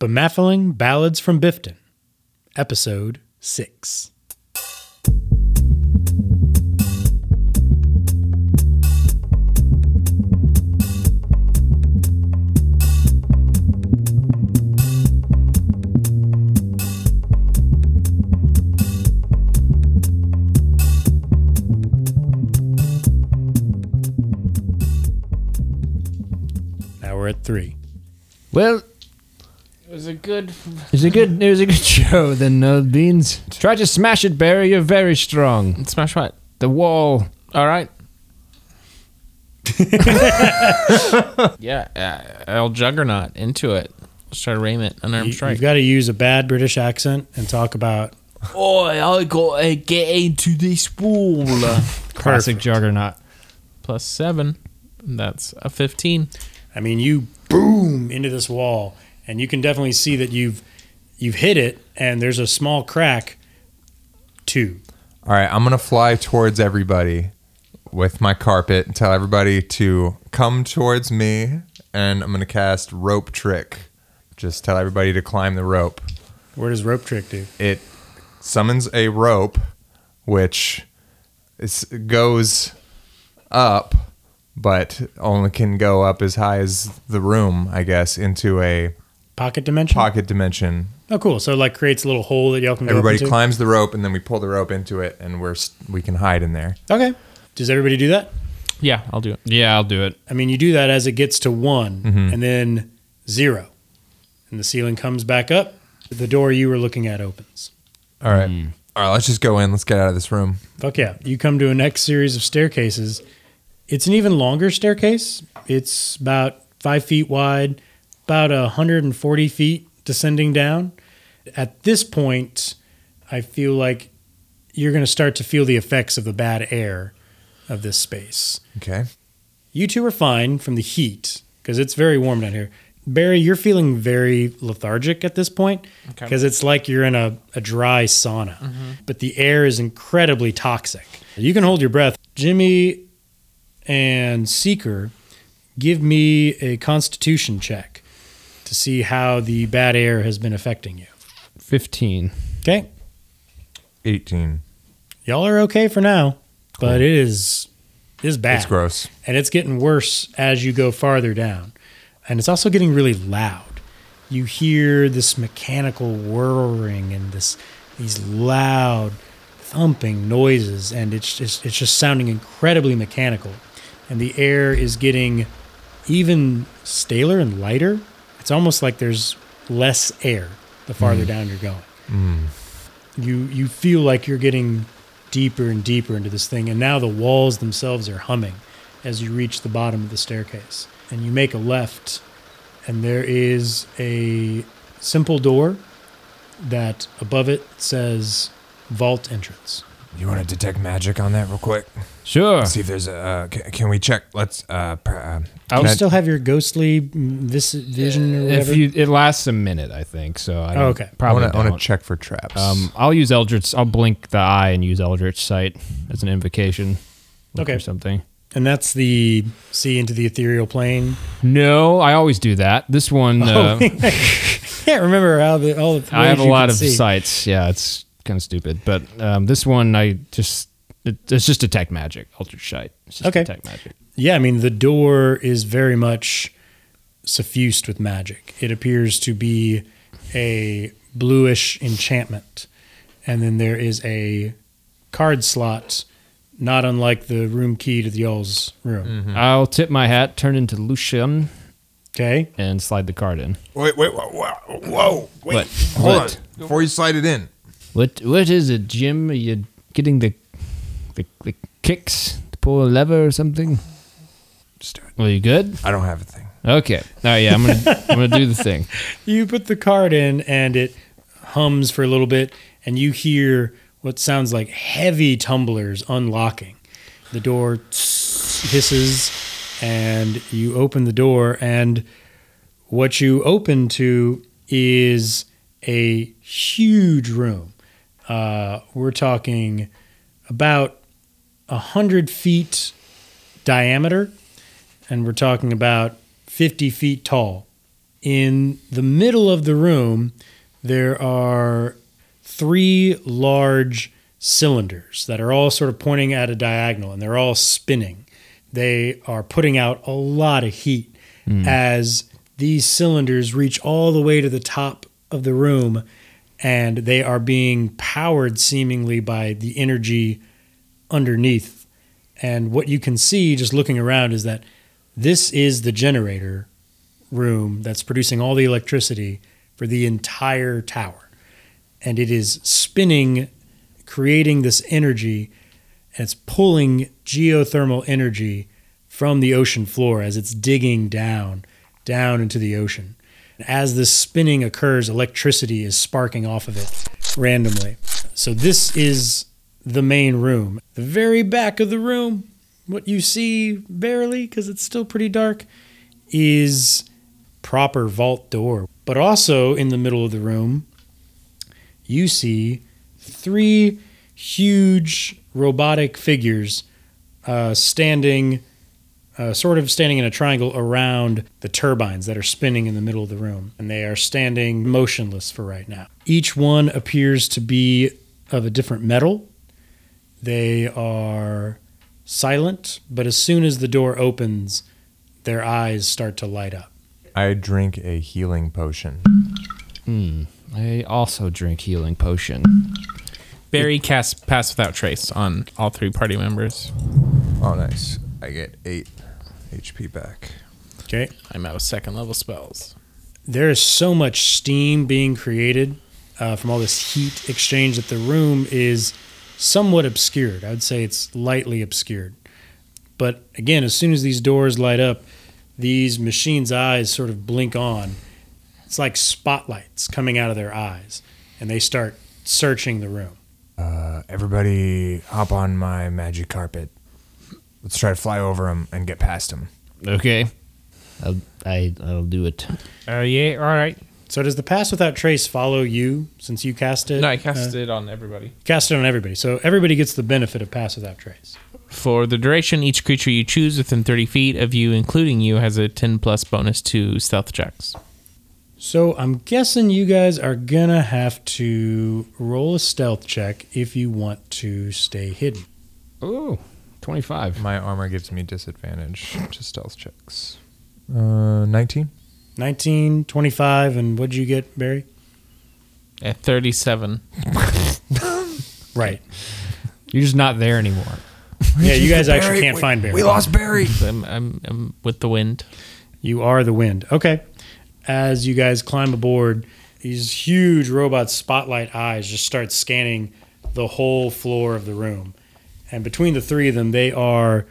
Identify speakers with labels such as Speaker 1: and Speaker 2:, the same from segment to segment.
Speaker 1: Bemaffling Ballads from Bifton, Episode 6. Now we're at three.
Speaker 2: Well,
Speaker 3: It was a good.
Speaker 2: it was a good, it was a good show. Then no beans. Try to smash it, Barry. You're very strong.
Speaker 3: Smash what?
Speaker 2: The wall.
Speaker 3: All right. yeah, uh, El Juggernaut into it. Let's try to ream it. Unarmed
Speaker 1: You,
Speaker 3: strike.
Speaker 1: have got to use a bad British accent and talk about
Speaker 3: oh, I got to get into this wall.
Speaker 2: Classic juggernaut.
Speaker 3: Plus seven. That's a 15.
Speaker 1: I mean, you boom into this wall, and you can definitely see that you've you've hit it, and there's a small crack. Two.
Speaker 4: All right, I'm gonna fly towards everybody with my carpet and tell everybody to come towards me, and I'm gonna cast rope trick. Just tell everybody to climb the rope.
Speaker 1: Where does rope trick do?
Speaker 4: It summons a rope, which is, goes up, but only can go up as high as the room, I guess, into a
Speaker 1: Pocket dimension.
Speaker 4: pocket dimension.
Speaker 1: Oh, cool. So it, like creates a little hole that y'all can. go up
Speaker 4: Everybody
Speaker 1: into?
Speaker 4: climbs the rope, and then we pull the rope into it, and we're s- we can hide in there.
Speaker 1: Okay. Does everybody do that?
Speaker 3: Yeah, I'll do it.
Speaker 2: Yeah, I'll do it.
Speaker 1: I mean, you do that as it gets to one,
Speaker 4: Mm-hmm.
Speaker 1: and then zero, and the ceiling comes back up. The door you were looking at opens.
Speaker 4: All right. All right, let's just go in. Let's get out of this room.
Speaker 1: Fuck yeah. You come to a next series of staircases. It's an even longer staircase. It's about five feet wide, about 140 feet descending down. At this point, I feel like you're going to start to feel the effects of the bad air of this space.
Speaker 4: Okay.
Speaker 1: You two are fine from the heat because it's very warm down here. Barry, you're feeling very lethargic at this point
Speaker 3: Okay.
Speaker 1: because it's like you're in a, a dry sauna, but the air is incredibly toxic. You can hold your breath. Jimmy and Seeker, give me a constitution check to see how the bad air has been affecting you.
Speaker 2: Fifteen.
Speaker 1: Okay.
Speaker 4: 18.
Speaker 1: Y'all are okay for now, but it is, it is bad.
Speaker 4: It's gross.
Speaker 1: and it's getting worse as you go farther down. And it's also getting really loud. You hear this mechanical whirring and this these loud thumping noises, and it's just, it's just sounding incredibly mechanical. And the air is getting even staler and lighter. It's almost like there's less air the farther down you're going. You you feel like you're getting deeper and deeper into this thing, and now the walls themselves are humming as you reach the bottom of the staircase. And you make a left, and there is a simple door that above it says vault entrance.
Speaker 4: You want to detect magic on that real quick?
Speaker 2: Sure.
Speaker 4: See if there's a. Uh, can, can we check? Let's. Uh, pr- uh,
Speaker 1: Do
Speaker 2: I'll
Speaker 1: you
Speaker 2: still,
Speaker 1: still have your ghostly mm, vis- vision or
Speaker 2: if
Speaker 1: whatever?
Speaker 2: you, it lasts a minute, I think. So I don't,
Speaker 1: okay.
Speaker 4: I
Speaker 2: Probably
Speaker 4: want to I want
Speaker 2: don't.
Speaker 4: to check for traps.
Speaker 2: Um, I'll use Eldritch. I'll blink the eye and use Eldritch Sight as an invocation. Look
Speaker 1: Okay.
Speaker 2: Or something.
Speaker 1: and that's the see into the ethereal plane.
Speaker 2: No, I always do that. This one, uh,
Speaker 1: Oh. Can't remember how the all the
Speaker 2: I have a
Speaker 1: ways you
Speaker 2: lot
Speaker 1: can
Speaker 2: of
Speaker 1: see.
Speaker 2: sights. Yeah, it's kind of stupid, but um, this one I just it, it's just detect magic, Eldritch Sight. It's just
Speaker 1: Okay.
Speaker 2: Detect magic.
Speaker 1: Yeah, I mean, the door is very much suffused with magic. It appears to be a bluish enchantment. And then there is a card slot, not unlike the room key to the y'all's room.
Speaker 4: Mm-hmm.
Speaker 2: I'll tip my hat, turn into Lucian,
Speaker 1: Okay.
Speaker 2: and slide the card in.
Speaker 4: wait, wait, whoa, whoa, whoa wait.
Speaker 2: What?
Speaker 4: Hold
Speaker 2: What?
Speaker 4: on. Before you slide it in.
Speaker 2: What what is it, Jim? Are you getting the the, the kicks to pull a lever or something?
Speaker 4: Just do it.
Speaker 2: Well, you good?
Speaker 4: I don't have a thing.
Speaker 2: Okay. All right. Yeah, I'm gonna I'm gonna do the thing.
Speaker 1: You put the card in and it hums for a little bit, and you hear what sounds like heavy tumblers unlocking. The door hisses, and you open the door, and what you open to is a huge room. Uh, we're talking about a hundred feet diameter, and we're talking about fifty feet tall In the middle of the room, there are three large cylinders that are all sort of pointing at a diagonal and they're all spinning. They are putting out a lot of heat as these cylinders reach all the way to the top of the room and they are being powered seemingly by the energy underneath. And what you can see just looking around is that this is the generator room that's producing all the electricity for the entire tower. And it is spinning, creating this energy, and it's pulling geothermal energy from the ocean floor as it's digging down, down into the ocean. And as this spinning occurs, electricity is sparking off of it randomly. So, this is the main room. The very back of the room, what you see barely, because it's still pretty dark, is proper vault door. But also in the middle of the room, you see three huge robotic figures uh, standing, uh, sort of standing in a triangle around the turbines that are spinning in the middle of the room. And they are standing motionless for right now. Each one appears to be of a different metal. They are silent, but as soon as the door opens, their eyes start to light up.
Speaker 4: I drink a healing potion.
Speaker 2: Hmm. I also drink healing potion.
Speaker 5: Barry casts Pass Without Trace on all three party members.
Speaker 4: Oh, nice. I get eight HP back.
Speaker 1: Okay.
Speaker 5: I'm out of second level spells.
Speaker 1: There is so much steam being created uh, from all this heat exchange that the room is somewhat obscured. I would say it's lightly obscured. But again, as soon as these doors light up, these machines' eyes sort of blink on. It's like spotlights coming out of their eyes, and they start searching the room.
Speaker 4: Uh, everybody hop on my magic carpet. Let's try to fly over him and get past him.
Speaker 2: Okay.
Speaker 6: I'll, I, I'll do it.
Speaker 5: Oh yeah, all right.
Speaker 1: So does the pass without trace follow you since you cast it?
Speaker 5: No, I
Speaker 1: Uh,
Speaker 5: cast it on everybody.
Speaker 1: cast it on everybody. So everybody gets the benefit of pass without trace.
Speaker 5: For the duration, each creature you choose within 30 feet of you, including you, has a 10 plus bonus to stealth checks.
Speaker 1: So I'm guessing you guys are gonna have to roll a stealth check if you want to stay hidden.
Speaker 2: Ooh, 25.
Speaker 4: My armor gives me disadvantage to stealth checks. Uh, 19?
Speaker 1: 19, 25, and what'd you get, Barry?
Speaker 5: At 37.
Speaker 1: Right.
Speaker 2: You're just not there anymore.
Speaker 1: Yeah, you guys actually can't find Barry.
Speaker 4: lost Barry.
Speaker 5: I'm, I'm, I'm with the wind.
Speaker 1: You are the wind. Okay. As you guys climb aboard, these huge robot spotlight eyes just start scanning the whole floor of the room. And between the three of them, they are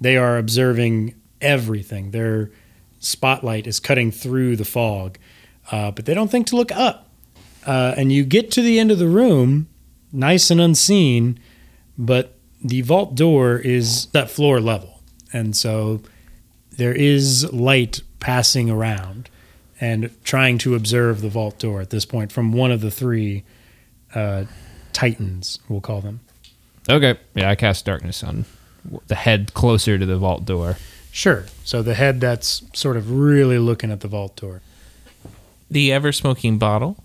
Speaker 1: they are observing everything. Their spotlight is cutting through the fog, uh, but they don't think to look up. Uh, and you get to the end of the room, nice and unseen, but the vault door is at floor level, and so there is light passing around and trying to observe the vault door at this point from one of the three uh, titans, we'll call them.
Speaker 2: Okay. Yeah, I cast darkness on w- the head closer to the vault door.
Speaker 1: Sure. So the head that's sort of really looking at the vault door.
Speaker 5: The ever smoking bottle.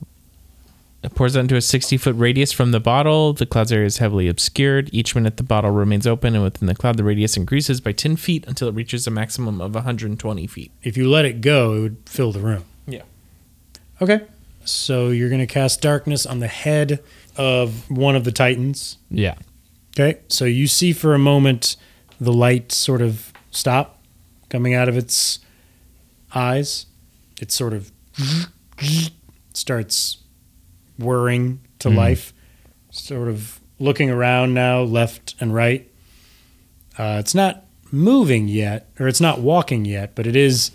Speaker 5: It pours out into a 60 foot radius from the bottle. The cloud's area is heavily obscured. Each minute, the bottle remains open, and within the cloud, the radius increases by 10 feet until it reaches a maximum of 120 feet.
Speaker 1: If you let it go, it would fill the room.
Speaker 5: Yeah.
Speaker 1: Okay. So you're going to cast darkness on the head of one of the titans.
Speaker 2: Yeah.
Speaker 1: Okay. So you see for a moment the light sort of stop coming out of its eyes. It sort of starts whirring to life, sort of looking around now, left and right. Uh, it's not moving yet, or it's not walking yet, but it is.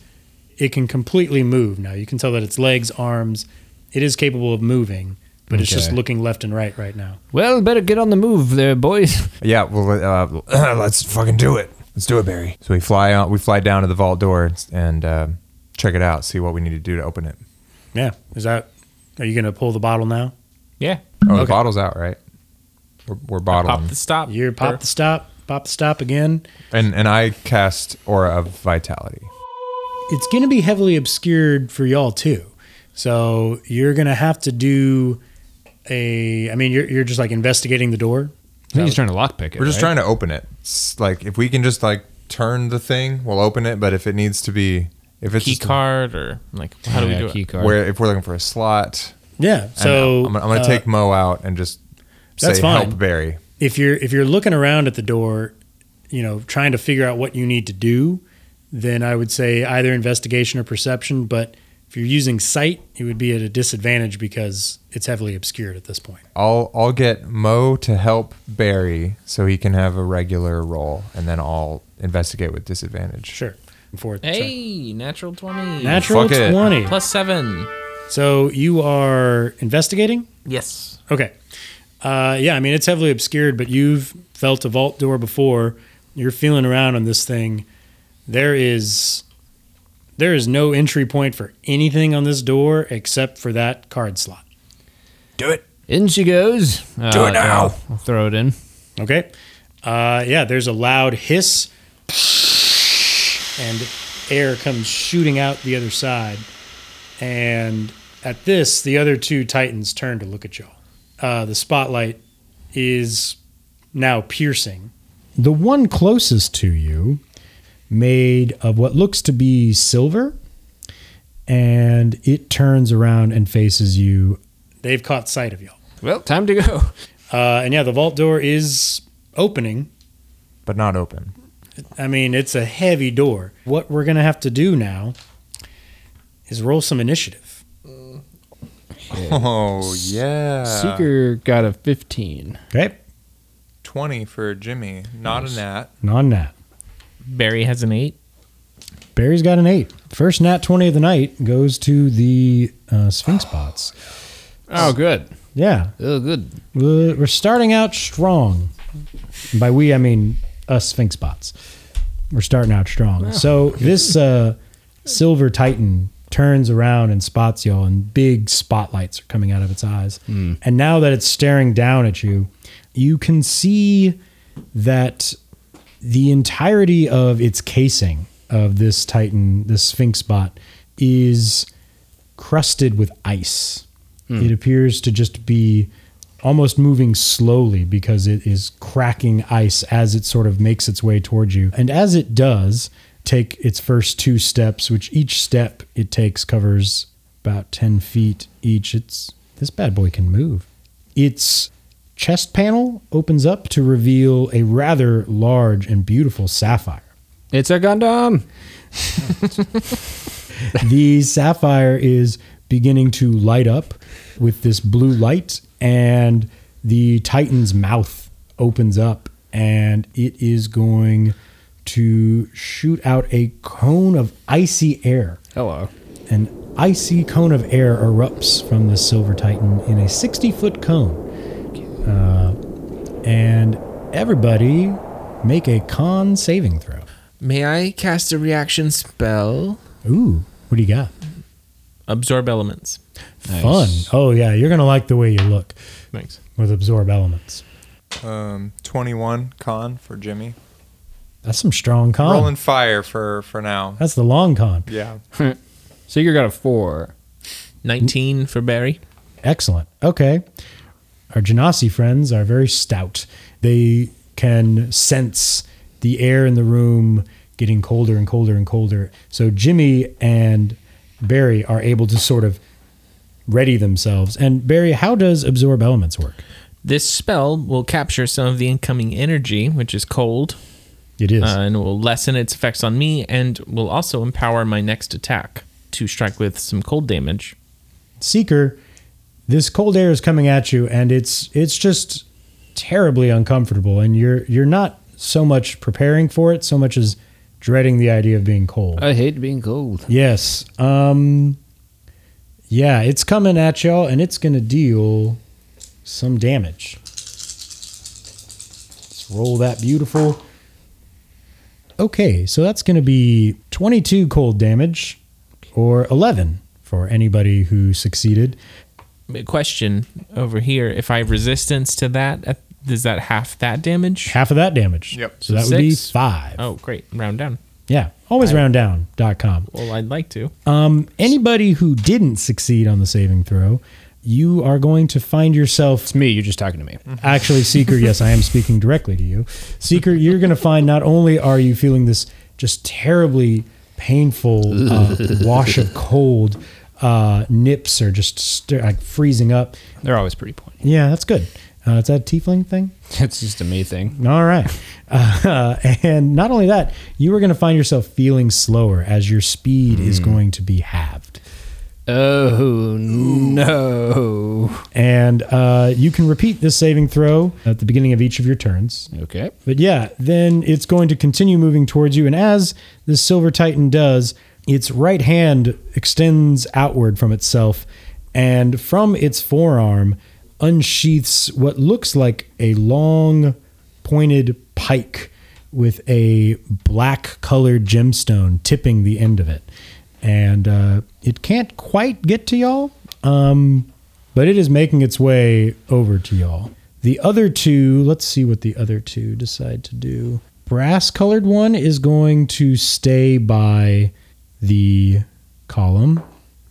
Speaker 1: It can completely move now. You can tell that its legs, arms, it is capable of moving, but it's just
Speaker 2: Okay.
Speaker 1: looking left and right right now.
Speaker 2: Well, better get on the move there, boys.
Speaker 4: Yeah, well, uh, let's fucking do it. Let's do it, Barry. So we fly out, we fly down to the vault door and uh, check it out, see what we need to do to open it.
Speaker 1: Yeah. Is that? Are you going to pull the bottle now?
Speaker 5: Yeah.
Speaker 4: Oh, the
Speaker 1: Okay.
Speaker 4: bottle's out, right? We're, we're
Speaker 5: Pop
Speaker 4: bottling.
Speaker 5: the stop.
Speaker 1: You pop the stop, pop the stop again.
Speaker 4: And, and I cast Aura of Vitality.
Speaker 7: it's going to be heavily obscured for y'all too. So you're going to have to do a. I mean, you're you're just like investigating the door.
Speaker 2: I think he's trying to lockpick it.
Speaker 4: We're just
Speaker 2: right?
Speaker 4: trying to open it. It's like if we can just like turn the thing, we'll open it. But if it needs to be, if it's
Speaker 5: key
Speaker 4: just
Speaker 5: card or like how do we
Speaker 2: Yeah,
Speaker 5: do
Speaker 2: key
Speaker 5: it?
Speaker 2: card.
Speaker 4: where if we're looking for a slot,
Speaker 7: Yeah.
Speaker 4: I know.
Speaker 7: So
Speaker 4: I'm, gonna- I'm gonna
Speaker 7: uh,
Speaker 4: take Mo out and just say
Speaker 7: that's fine.
Speaker 4: help Barry.
Speaker 7: if you're if you're looking around at the door, you know, trying to figure out what you need to do, then I would say either investigation or perception. But if you're using sight, it would be at a disadvantage because it's heavily obscured at this point.
Speaker 4: I'll I'll get Mo to help Barry so he can have a regular roll, and then I'll investigate with disadvantage.
Speaker 7: Sure. Fourth, sure.
Speaker 5: Hey, natural twenty.
Speaker 7: natural
Speaker 4: Mm, fuck it.
Speaker 7: twenty.
Speaker 5: Plus seven.
Speaker 7: So you are investigating.
Speaker 5: Yes.
Speaker 7: Okay. Uh, yeah, I mean it's heavily obscured, but you've felt a vault door before. You're feeling around on this thing. There is there is no entry point for anything on this door except for that card slot.
Speaker 2: In she goes. Uh, Do it now. I'll throw it in.
Speaker 7: Okay. Uh, yeah, there's a loud hiss, and air comes shooting out the other side. And at this, the other two titans turn to look at y'all. Uh, the spotlight is now piercing.
Speaker 1: The one closest to you, made of what looks to be silver, and it turns around and faces you.
Speaker 7: They've caught sight of y'all.
Speaker 2: Well, time to go.
Speaker 7: Uh, and yeah, the vault door is opening.
Speaker 4: But not open.
Speaker 7: I mean, it's a heavy door. What we're going to have to do now is roll some initiative.
Speaker 4: Oh yeah.
Speaker 2: Seeker got a 15.
Speaker 1: Okay,
Speaker 4: Twenty for Jimmy. Not a nat.
Speaker 1: non nat.
Speaker 5: Barry has an eight.
Speaker 1: Barry's got an eight. First nat 20 of the night goes to the uh, Sphinx bots.
Speaker 2: Oh, good.
Speaker 1: Yeah,
Speaker 2: Oh, good.
Speaker 1: we're we're starting out strong. And by we, I mean us Sphinx bots. We're starting out strong. So this uh, silver titan turns around and spots y'all, and big spotlights are coming out of its eyes. And now that it's staring down at you, you can see that the entirety of its casing of this titan, this Sphinx bot, is crusted with ice. It appears to just be almost moving slowly because it is cracking ice as it sort of makes its way towards you. And as it does, take its first two steps, which each step it takes covers about 10 feet each. It's this bad boy can move. Its chest panel opens up to reveal a rather large and beautiful sapphire.
Speaker 2: It's a Gundam.
Speaker 1: the sapphire is beginning to light up with this blue light, and the Titan's mouth opens up, and it is going to shoot out a cone of icy air.
Speaker 2: Hello.
Speaker 1: An icy cone of air erupts from the Silver Titan in a 60 foot cone. Uh, and everybody make a con saving throw.
Speaker 3: May I cast a reaction spell?
Speaker 1: Ooh, what do you got?
Speaker 5: Absorb elements.
Speaker 1: Fun. Oh, yeah, you're going to like the way you look.
Speaker 5: Thanks.
Speaker 1: with absorb elements.
Speaker 4: Um, twenty-one con for Jimmy.
Speaker 1: That's some strong
Speaker 7: Oh.
Speaker 1: con.
Speaker 4: Rolling fire for for now.
Speaker 1: That's the long con.
Speaker 4: Yeah.
Speaker 2: Seeker got a 4.
Speaker 5: Nineteen for Barry.
Speaker 1: Excellent. Okay. Our Genasi friends are very stout. They can sense the air in the room getting colder and colder and colder. So Jimmy and Barry are able to sort of ready themselves. And Barry, how does absorb elements work?
Speaker 5: This spell will capture some of the incoming energy, which is cold,
Speaker 1: It is.
Speaker 5: uh, and will lessen its effects on me, and will also empower my next attack to strike with some cold damage.
Speaker 1: Seeker, this cold air is coming at you, and it's it's just terribly uncomfortable, and you're you're not so much preparing for it, so much as dreading the idea of being cold.
Speaker 2: I hate being cold.
Speaker 1: yes. Um. Yeah, it's coming at y'all, and it's gonna deal some damage. Let's roll that beautiful. Okay, so that's gonna be twenty-two cold damage, or eleven for anybody who succeeded.
Speaker 5: Question over here: If I have resistance to that, uh, does that half that damage?
Speaker 1: half of that damage.
Speaker 4: Yep.
Speaker 1: So that would be
Speaker 5: Six.
Speaker 1: five.
Speaker 5: Oh, great! Round down.
Speaker 1: Yeah. alwaysrounddown.com.
Speaker 5: Well, I'd like to.
Speaker 1: Um, anybody who didn't succeed on the saving throw, you are going to find yourself
Speaker 2: It's me. You're just talking to me.
Speaker 1: actually seeker yes i am speaking directly to you seeker you're going to find not only are you feeling this just terribly painful uh, wash of cold uh, nips are just stir- like freezing up
Speaker 2: They're always pretty pointy.
Speaker 1: yeah that's good uh, is that a tiefling thing
Speaker 2: It's just a me thing.
Speaker 1: all right. Uh, and not only that, you are going to find yourself feeling slower as your speed is going to be halved.
Speaker 2: Oh no.
Speaker 1: And uh, you can repeat this saving throw at the beginning of each of your turns.
Speaker 2: Okay.
Speaker 1: But yeah, then it's going to continue moving towards you. And as this Silver Titan does, its right hand extends outward from itself, and from its forearm unsheaths what looks like a long pointed pike with a black colored gemstone tipping the end of it. And uh, it can't quite get to y'all, um, but it is making its way over to y'all. The other two, let's see what the other two decide to do. Brass colored one is going to stay by the column.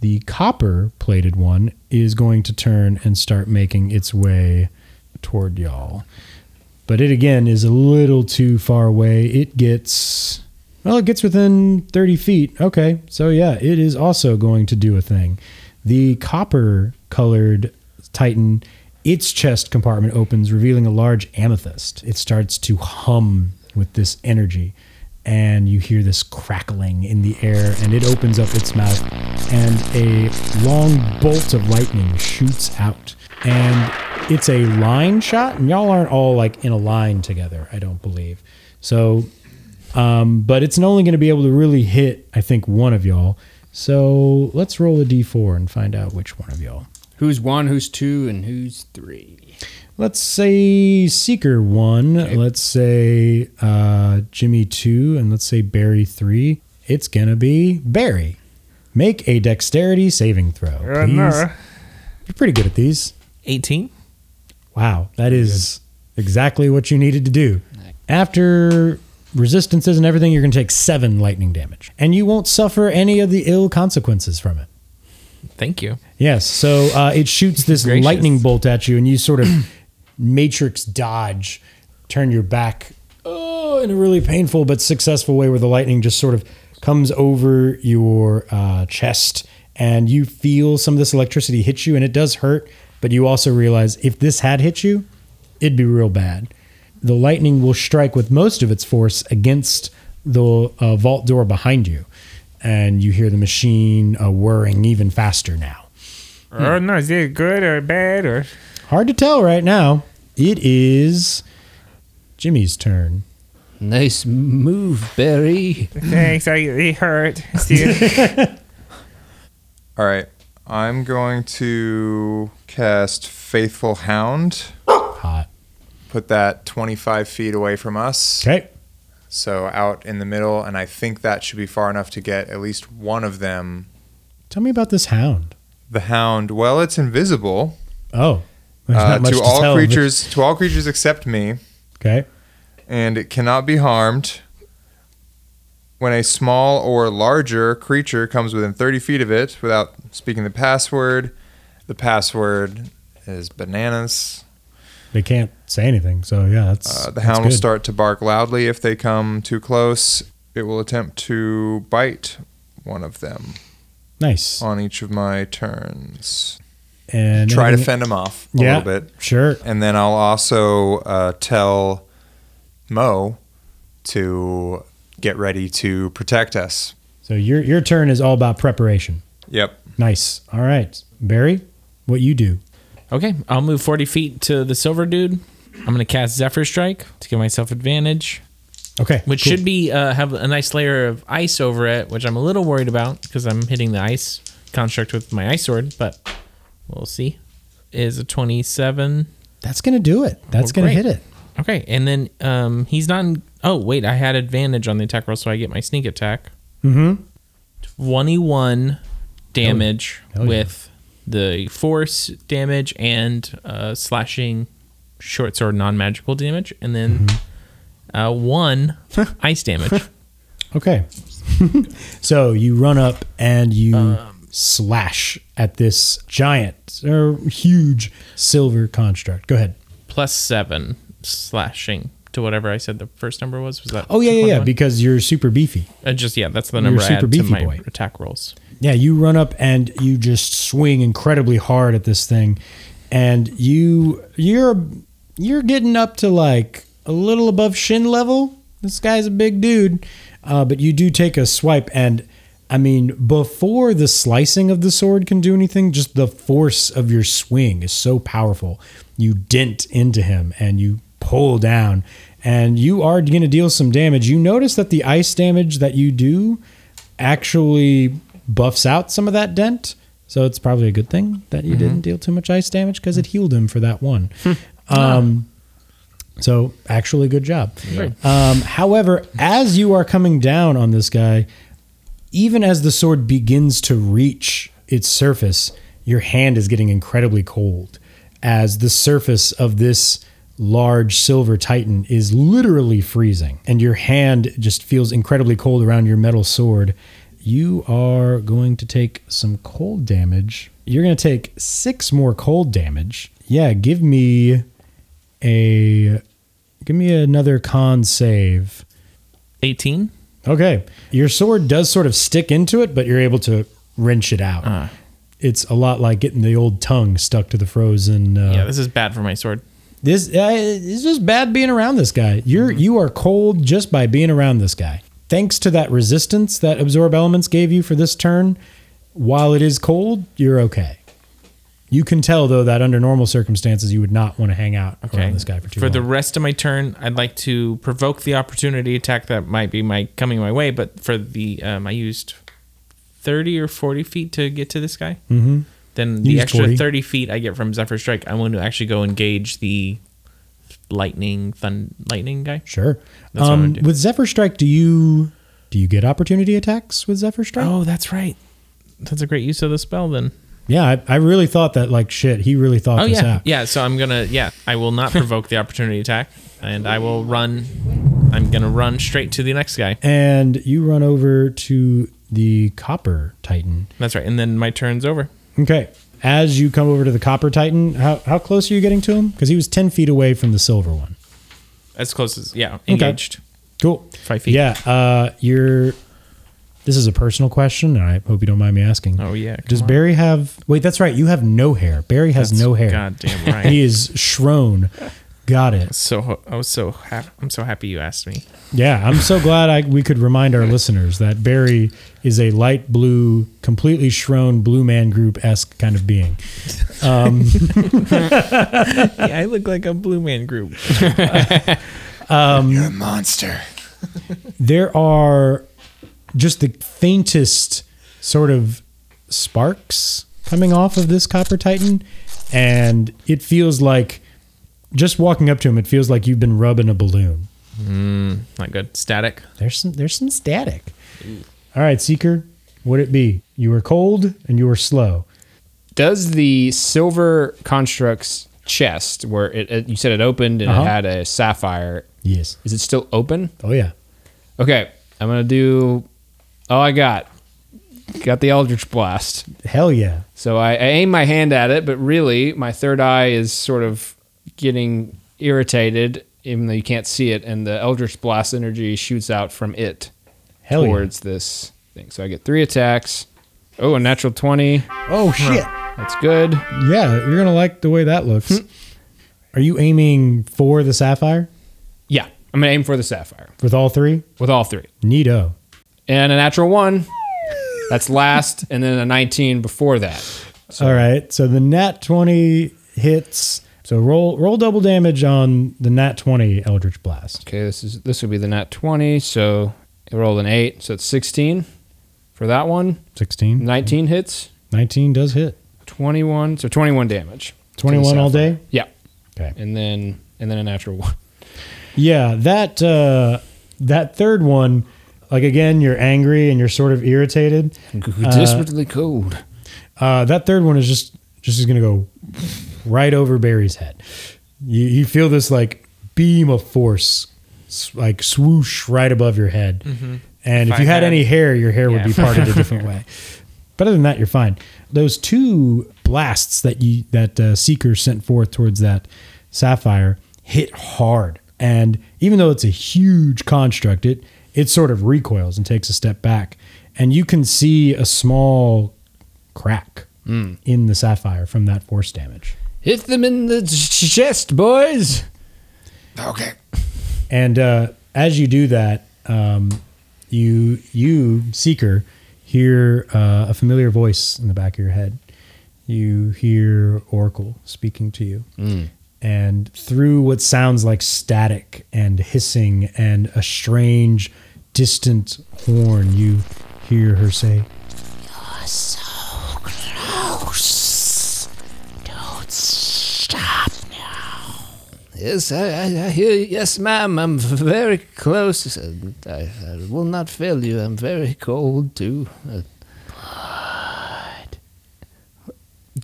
Speaker 1: The copper plated one is going to turn and start making its way toward y'all. But it again is a little too far away. It gets, well, it gets within 30 feet. Okay. So yeah, it is also going to do a thing. The copper colored Titan, its chest compartment opens, revealing a large amethyst. It starts to hum with this energy, and you hear this crackling in the air, and it opens up its mouth, and a long bolt of lightning shoots out. And it's a line shot, and y'all aren't all like in a line together, I don't believe. So um, but it's only going to be able to really hit, I think, one of y'all. So let's roll a d4 and find out which one of y'all.
Speaker 2: Who's one? Who's two? And who's three?
Speaker 1: Let's say Seeker 1, let's say uh, Jimmy 2, and let's say Barry 3. It's going to be Barry. Make a dexterity saving throw. Please. You're pretty good at these.
Speaker 5: 18.
Speaker 1: Wow, that is exactly what you needed to do. After resistances and everything, you're going to take seven lightning damage, and you won't suffer any of the ill consequences from it.
Speaker 5: Thank you.
Speaker 1: Yes, so uh, it shoots this
Speaker 5: Gracious.
Speaker 1: lightning bolt at you, and you sort of matrix dodge, turn your back, oh, in a really painful but successful way, where the lightning just sort of comes over your uh, chest, and you feel some of this electricity hit you, and it does hurt, but you also realize if this had hit you, it'd be real bad. The lightning will strike with most of its force against the uh, vault door behind you, and you hear the machine uh, whirring even faster now. Hmm.
Speaker 8: Oh no, is it good or bad or?
Speaker 1: Hard to tell right now. It is Jimmy's turn.
Speaker 2: Nice move, Barry.
Speaker 8: Thanks, I it hurt. Still.
Speaker 4: All right. I'm going to cast Faithful Hound.
Speaker 1: Hot.
Speaker 4: Put that 25 feet away from us.
Speaker 1: Okay.
Speaker 4: So out in the middle, and I think that should be far enough to get at least one of them.
Speaker 1: Tell me about this hound.
Speaker 4: The hound, well, it's invisible
Speaker 1: Oh. There's
Speaker 4: uh,
Speaker 1: not much
Speaker 4: to all
Speaker 1: tell.
Speaker 4: creatures. To all creatures except me,
Speaker 1: Okay.
Speaker 4: and it cannot be harmed. When a small or larger creature comes within 30 feet of it without speaking the password, the password is bananas.
Speaker 1: They can't say anything. So, yeah, that's.
Speaker 4: Uh, the
Speaker 1: that's
Speaker 4: hound will
Speaker 1: good.
Speaker 4: start to bark loudly if they come too close. It will attempt to bite one of them
Speaker 1: Nice.
Speaker 4: on each of my turns.
Speaker 1: And
Speaker 4: Try to
Speaker 1: anything-
Speaker 4: fend him off a
Speaker 1: Yeah.
Speaker 4: little bit.
Speaker 1: Sure.
Speaker 4: And then I'll also uh, tell Mo to get ready to protect us.
Speaker 1: So, your, your turn is all about preparation.
Speaker 4: Yep.
Speaker 1: Nice. All right. Barry, what you do?
Speaker 5: Okay, I'll move 40 feet to the silver dude. I'm going to cast Zephyr Strike to give myself advantage,
Speaker 1: Okay.
Speaker 5: which
Speaker 1: cool.
Speaker 5: should be uh, have a nice layer of ice over it, which I'm a little worried about because I'm hitting the ice construct with my ice sword, but we'll see. Is a 27.
Speaker 1: That's going to do it. That's
Speaker 5: Well,
Speaker 1: going to
Speaker 5: Oh,
Speaker 1: hit
Speaker 5: great.
Speaker 1: it.
Speaker 5: Okay, and then um, he's not. In, oh wait, I had advantage on the attack roll, so I get my sneak attack.
Speaker 1: Mm hmm.
Speaker 5: Twenty-one damage
Speaker 1: Hell yeah.
Speaker 5: with the force damage and uh, slashing, short sword non-magical
Speaker 1: Mm-hmm.
Speaker 5: damage, and then uh, one ice damage.
Speaker 1: Okay. So you run up and you slash at this giant or huge silver construct. Go ahead.
Speaker 5: Plus seven slashing to whatever I said the first number was. Was that?
Speaker 1: Oh yeah, yeah, yeah.
Speaker 5: 21?
Speaker 1: Because you're super beefy.
Speaker 5: Uh, just yeah, that's the number I
Speaker 1: super
Speaker 5: add to
Speaker 1: beefy
Speaker 5: my
Speaker 1: boy.
Speaker 5: attack rolls.
Speaker 1: Yeah, you run up and you just swing incredibly hard at this thing, and you you're you're getting up to like a little above shin level. This guy's a big dude, uh, but you do take a swipe, and I mean, before the slicing of the sword can do anything, just the force of your swing is so powerful. You dent into him, and you pull down, and you are going to deal some damage. You notice that the ice damage that you do actually buffs out some of that dent. So it's probably a good thing that you didn't deal too much ice damage because it healed him for that one. um, so actually, good job. Um, however, as you are coming down on this guy, even as the sword begins to reach its surface, your hand is getting incredibly cold as the surface of this large silver titan is literally freezing and your hand just feels incredibly cold around your metal sword. You are going to take some cold damage. You're going to take 6 more cold damage. Yeah, give me a give me another con save.
Speaker 5: Eighteen.
Speaker 1: Okay. Your sword does sort of stick into it, but you're able to wrench it out.
Speaker 5: Ah.
Speaker 1: It's a lot like getting the old tongue stuck to the frozen. Uh,
Speaker 5: Yeah, this is bad for my sword.
Speaker 1: This uh, it's just bad being around this guy. You're
Speaker 5: Mm-hmm.
Speaker 1: you are cold just by being around this guy. Thanks to that resistance that absorb elements gave you for this turn, while it is cold, you're okay. You can tell though that under normal circumstances you would not want to hang out around this guy for too long.
Speaker 5: the rest of my turn, I'd like to provoke the opportunity attack that might be my coming my way. But for the um, I used thirty or forty feet to get to this guy. Mm-hmm. Then the
Speaker 1: used
Speaker 5: extra
Speaker 1: 40.
Speaker 5: thirty feet I get from Zephyr Strike, I want to actually go engage the lightning thun lightning guy.
Speaker 1: Sure.
Speaker 5: That's what I
Speaker 1: um,
Speaker 5: would do.
Speaker 1: with Zephyr Strike, do you do you get opportunity attacks with Zephyr Strike?
Speaker 5: Oh, that's right. That's a great use of the spell then.
Speaker 1: Yeah, I, I really thought that like shit. He really thought
Speaker 5: Oh
Speaker 1: this
Speaker 5: yeah,
Speaker 1: out.
Speaker 5: yeah. So I'm gonna yeah. I will not provoke the opportunity attack, and I will run. I'm gonna run straight to the next guy.
Speaker 1: And you run over to the Copper Titan.
Speaker 5: That's right. And then my turn's over.
Speaker 1: Okay. As you come over to the Copper Titan, how, how close are you getting to him? Because he was ten feet away from the silver one.
Speaker 5: As close as yeah, engaged.
Speaker 1: Cool.
Speaker 5: Five feet.
Speaker 1: Yeah. Uh, you're. This is a personal question, and I hope you don't mind me asking.
Speaker 5: Oh, yeah, come
Speaker 1: Does
Speaker 5: on.
Speaker 1: Barry have? Wait, that's right. You have no hair. Barry has no hair.
Speaker 5: God damn right.
Speaker 1: He is shrown. Got it.
Speaker 5: so I was so happy. I'm so happy you asked me.
Speaker 1: Yeah, I'm so glad I, we could remind our listeners that Barry is a light blue, completely shrown blue man group esque kind of being.
Speaker 5: Yeah, I look like a blue man group.
Speaker 4: You're a monster.
Speaker 1: There are just the faintest sort of sparks coming off of this Copper Titan, and it feels like just walking up to him, it feels like you've been rubbing a balloon.
Speaker 5: Not good. Static.
Speaker 1: There's some there's some static. All right, Seeker, would it be? You were cold and you were slow.
Speaker 2: Does the silver construct's chest, where it, it you said it opened and
Speaker 1: Uh-huh.
Speaker 2: it had a sapphire,
Speaker 1: Yes.
Speaker 2: is it still open?
Speaker 1: Oh yeah.
Speaker 2: Okay, I'm gonna do. Oh, I got got the Eldritch Blast.
Speaker 1: Hell yeah.
Speaker 2: So I, I aim my hand at it, but really my third eye is sort of getting irritated, even though you can't see it, and the Eldritch Blast energy shoots out from it
Speaker 1: Hell yeah.
Speaker 2: towards this thing. So I get three attacks. Oh, a natural twenty.
Speaker 1: Oh shit.
Speaker 2: That's good.
Speaker 1: Yeah, you're gonna like the way that looks. Are you aiming for the sapphire
Speaker 2: Yeah, I'm gonna aim for the sapphire
Speaker 1: with all three?
Speaker 2: with all three,
Speaker 1: Neato.
Speaker 2: and a natural one. That's last, and then a 19 before that.
Speaker 1: All right. So the nat twenty hits. So roll roll double damage on the nat twenty Eldritch Blast.
Speaker 2: Okay, this is this would be the nat 20, so it rolled an 8, so it's 16 for that one.
Speaker 1: 16.
Speaker 2: 19 hits,
Speaker 1: 19 does hit.
Speaker 2: 21, so 21 damage. to the
Speaker 1: 21 all
Speaker 2: sapphire.
Speaker 1: day?
Speaker 2: Yeah.
Speaker 1: Okay.
Speaker 2: And then and then a natural one.
Speaker 1: Yeah, that uh, that third one, like again, you're angry and you're sort of irritated.
Speaker 2: Desperately cold.
Speaker 1: Uh, that third one is just just is gonna go right over Barry's head. You, you feel this like beam of force, s- like swoosh right above your head, And if,
Speaker 5: I
Speaker 1: you had,
Speaker 5: had-
Speaker 1: any hair, your hair would
Speaker 5: Yeah.
Speaker 1: be parted a different way. But other than that, you're fine. Those two blasts that you that uh, Seeker sent forth towards that sapphire hit hard, and even though it's a huge construct, it it sort of recoils and takes a step back, and you can see a small crack in the sapphire from that force damage.
Speaker 2: Hit them in the ch- chest, boys.
Speaker 1: And uh, as you do that, um, you you seeker hear uh, a familiar voice in the back of your head. You hear Oracle speaking to you, and through what sounds like static and hissing and a strange, distant horn, you hear her say,
Speaker 2: Yes, I, I, I hear. Yes, ma'am. I'm very close. and I, I will not fail you. I'm very cold too. Uh,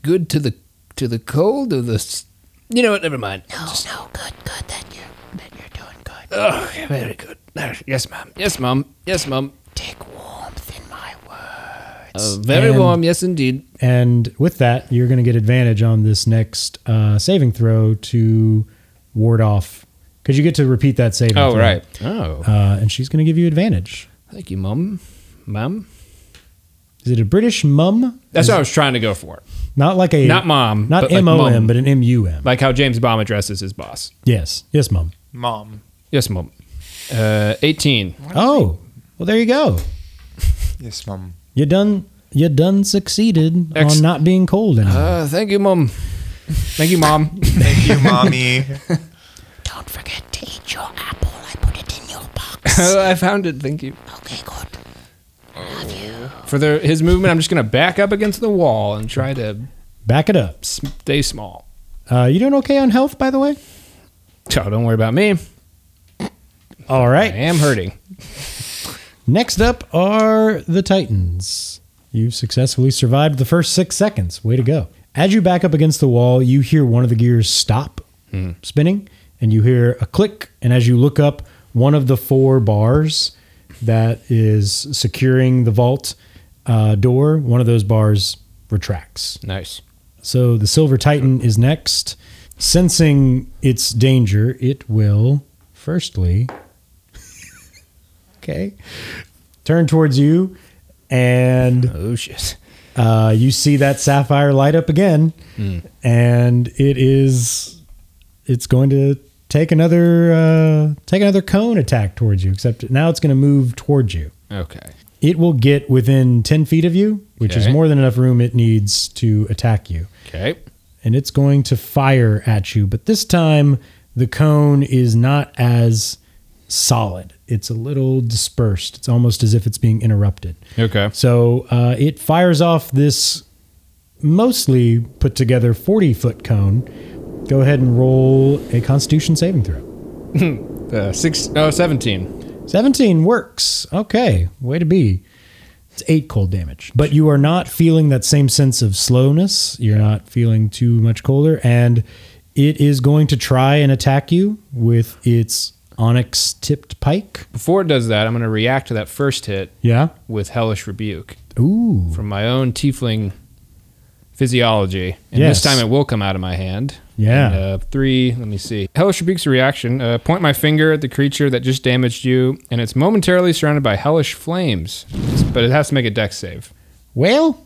Speaker 2: good to the to the cold or the. s- You know what? Never mind. No, no, good, good. That you're that you're doing good. Oh, okay, very good. There, Yes, ma'am. Yes, ma'am. Yes, ma'am. Take warmth in my words. Uh, very
Speaker 1: And-
Speaker 2: warm. Yes, indeed.
Speaker 1: and with that, you're going to get advantage on this next uh, saving throw to ward off because you get to repeat that saving. throw.
Speaker 2: Oh,
Speaker 1: uh, and she's going to give you advantage.
Speaker 2: thank you, mum, ma'am.
Speaker 1: Is it a British mum?
Speaker 2: That's what I was trying to go for.
Speaker 1: Not like a
Speaker 2: Not mom,
Speaker 1: not
Speaker 2: but like
Speaker 1: M O M,
Speaker 2: mum.
Speaker 1: but an M U M.
Speaker 2: like how James Bond addresses his boss.
Speaker 1: Yes, yes, mum.
Speaker 4: Mom.
Speaker 2: Yes, mom. Uh, 18.
Speaker 1: Oh, well, there you go.
Speaker 4: Yes, mom.
Speaker 1: You done. You done succeeded
Speaker 2: Ex-
Speaker 1: on not being cold anymore.
Speaker 2: Uh, thank you, mom. Thank you, mom.
Speaker 4: Thank you, mommy.
Speaker 9: Don't forget to eat your apple. I put it in your box.
Speaker 2: Oh, I found it. Thank you.
Speaker 9: Okay, good.
Speaker 2: For the, his movement, I'm just going to back up against the wall and try to
Speaker 1: Back it up.
Speaker 2: stay small.
Speaker 1: Uh, you doing okay on health, by the way?
Speaker 2: Oh, don't worry about me.
Speaker 1: All
Speaker 2: I
Speaker 1: right.
Speaker 2: am hurting.
Speaker 1: Next up are the Titans. You've successfully survived the first six seconds. Way to go. As you back up against the wall, you hear one of the gears stop spinning and you hear a click. And as you look up, one of the four bars that is securing the vault uh, door, one of those bars retracts.
Speaker 2: Nice.
Speaker 1: So the Silver Titan is next. Sensing its danger, it will firstly okay turn towards you and
Speaker 2: Oh, shit.
Speaker 1: uh, you see that sapphire light up again and it is it's going to take another uh, take another cone attack towards you except now it's going to move towards you
Speaker 2: Okay.
Speaker 1: it will get within 10 feet of you which is
Speaker 2: Okay.
Speaker 1: more than enough room it needs to attack you
Speaker 2: Okay.
Speaker 1: and it's going to fire at you. But this time, the cone is not as solid. It's a little dispersed. It's almost as if it's being interrupted.
Speaker 2: Okay.
Speaker 1: So uh, it fires off this mostly put together 40 foot cone. Go ahead and roll a constitution saving throw.
Speaker 2: Uh, six, oh, 17.
Speaker 1: 17 works. Okay. Way to be. It's eight cold damage. But you are not feeling that same sense of slowness. You're not feeling too much colder. And it is going to try and attack you with its onyx tipped pike.
Speaker 2: Before it does that, I'm going to react to that first hit
Speaker 1: Yeah.
Speaker 2: with Hellish Rebuke
Speaker 1: Ooh.
Speaker 2: from my own tiefling physiology. And
Speaker 1: Yes.
Speaker 2: this time it will come out of my hand.
Speaker 1: Yeah.
Speaker 2: And, uh, three, let me see. Hellish Rebuke's reaction. Uh, point my finger at the creature that just damaged you, and it's momentarily surrounded by hellish flames. But it has to make a dex save.
Speaker 1: Well,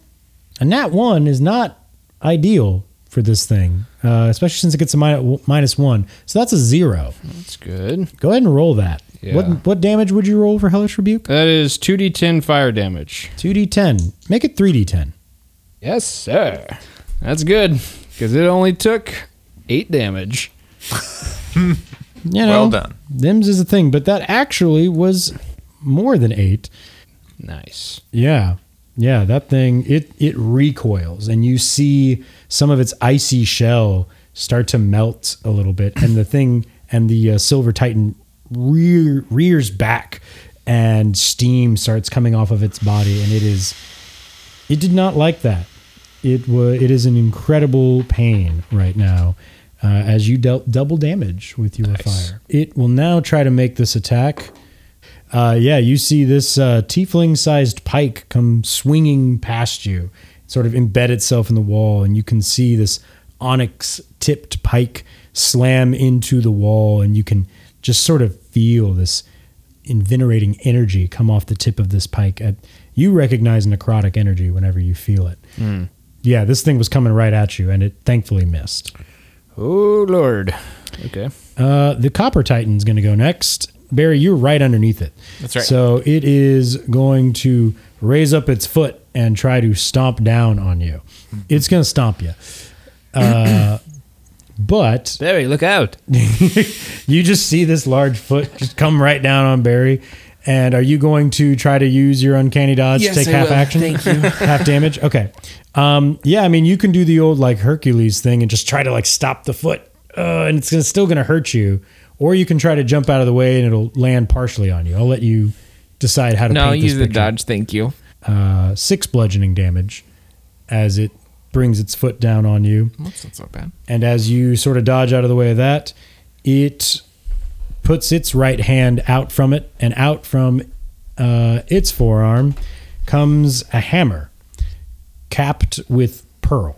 Speaker 1: a nat one is not ideal for this thing, uh, especially since it gets a min- minus one. So that's a zero.
Speaker 2: That's good.
Speaker 1: Go ahead and roll that. What,
Speaker 2: Yeah.
Speaker 1: what damage would you roll for Hellish Rebuke?
Speaker 2: That is 2d10 fire damage.
Speaker 1: 2d10. Make it 3d10.
Speaker 2: Yes, sir. That's good, because it only took eight damage.
Speaker 1: You know,
Speaker 4: Well done.
Speaker 1: Them's is a thing, but that actually was more than eight.
Speaker 2: Nice.
Speaker 1: Yeah. Yeah, that thing it it recoils and you see some of its icy shell start to melt a little bit and the thing and the uh, silver titan rear, rears back and steam starts coming off of its body and it is it did not like that. It was it is an incredible pain right now uh, as you dealt double damage with your fire. It will now try to make this attack. Uh, yeah, you see this uh, tiefling-sized pike come swinging past you, sort of embed itself in the wall, and you can see this onyx-tipped pike slam into the wall, and you can just sort of feel this invigorating energy come off the tip of this pike. Uh, you recognize necrotic energy whenever you feel it. Yeah, this thing was coming right at you, and it thankfully missed.
Speaker 2: Oh lord. Okay.
Speaker 1: Uh, the Copper Titan's going to go next. Barry, you're right underneath it.
Speaker 5: That's right.
Speaker 1: So it is going to raise up its foot and try to stomp down on you.
Speaker 5: Mm-hmm.
Speaker 1: It's going to stomp you. Uh, but
Speaker 2: Barry, look out.
Speaker 1: you just see this large foot just come right down on Barry. And are you going to try to use your uncanny dodge
Speaker 3: Yes,
Speaker 1: to take
Speaker 3: I
Speaker 1: half
Speaker 3: will.
Speaker 1: action?
Speaker 3: Thank you.
Speaker 1: half damage? Okay. Um, yeah, I mean, you can do the old like Hercules thing and just try to like stop the foot. Uh, and it's gonna, still going to hurt you. Or you can try to jump out of the way and it'll land partially on you. I'll let you decide how to
Speaker 5: No,
Speaker 1: paint
Speaker 5: use
Speaker 1: this
Speaker 5: the
Speaker 1: picture.
Speaker 5: dodge. Thank you.
Speaker 1: Uh, six bludgeoning damage as it brings its foot down on you.
Speaker 5: That's not so bad.
Speaker 1: And as you sort of dodge out of the way of that, it puts its right hand out from it, and out from uh, its forearm comes a hammer capped with pearl.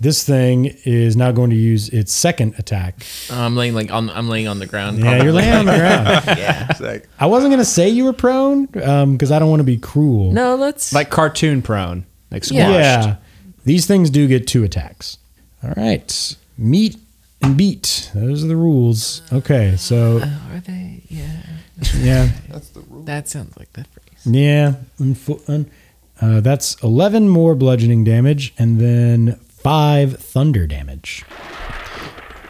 Speaker 1: This thing is now going to use its second attack.
Speaker 5: Uh, I'm laying like on. I'm laying on the ground.
Speaker 1: Yeah, you're laying on the ground.
Speaker 4: It's like,
Speaker 1: I wasn't going to say you were prone because I don't want to be cruel.
Speaker 5: No, let's.
Speaker 2: Like cartoon prone. Like squashed.
Speaker 1: Yeah. These things do get two attacks. All right. Meet and beat. Those are the rules. Okay. So,
Speaker 5: are they? Yeah,
Speaker 1: yeah.
Speaker 5: that sounds like that phrase.
Speaker 1: Yeah. unfo- un- uh, that's 11 more bludgeoning damage and then five thunder damage.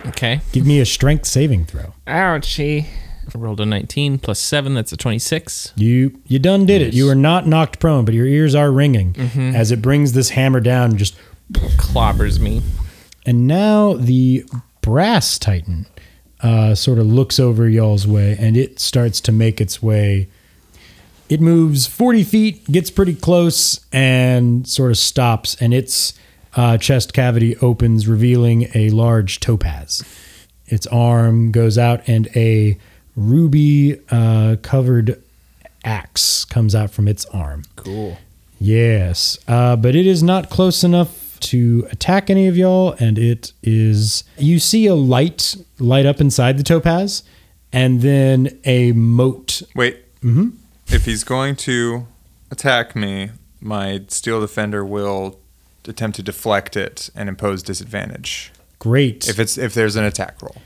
Speaker 5: Okay,
Speaker 1: Give me a strength saving throw.
Speaker 8: Ouchie.
Speaker 5: I rolled a 19 plus seven. That's a 26.
Speaker 1: You you done did it. You are not knocked prone, but your ears are ringing as it brings this hammer down and just
Speaker 5: Clobbers me.
Speaker 1: And now the brass titan uh, sort of looks over y'all's way and it starts to make its way. It moves 40 feet, gets pretty close, and sort of stops, and its uh, chest cavity opens, revealing a large topaz. Its arm goes out, and a ruby uh, covered axe comes out from its arm. Yes, uh, but it is not close enough to attack any of y'all, and it is. You see a light light up inside the topaz, and then a moat.
Speaker 4: wait. If he's going to attack me, my steel defender will attempt to deflect it and impose disadvantage.
Speaker 1: Great.
Speaker 4: If it's if there's an attack roll.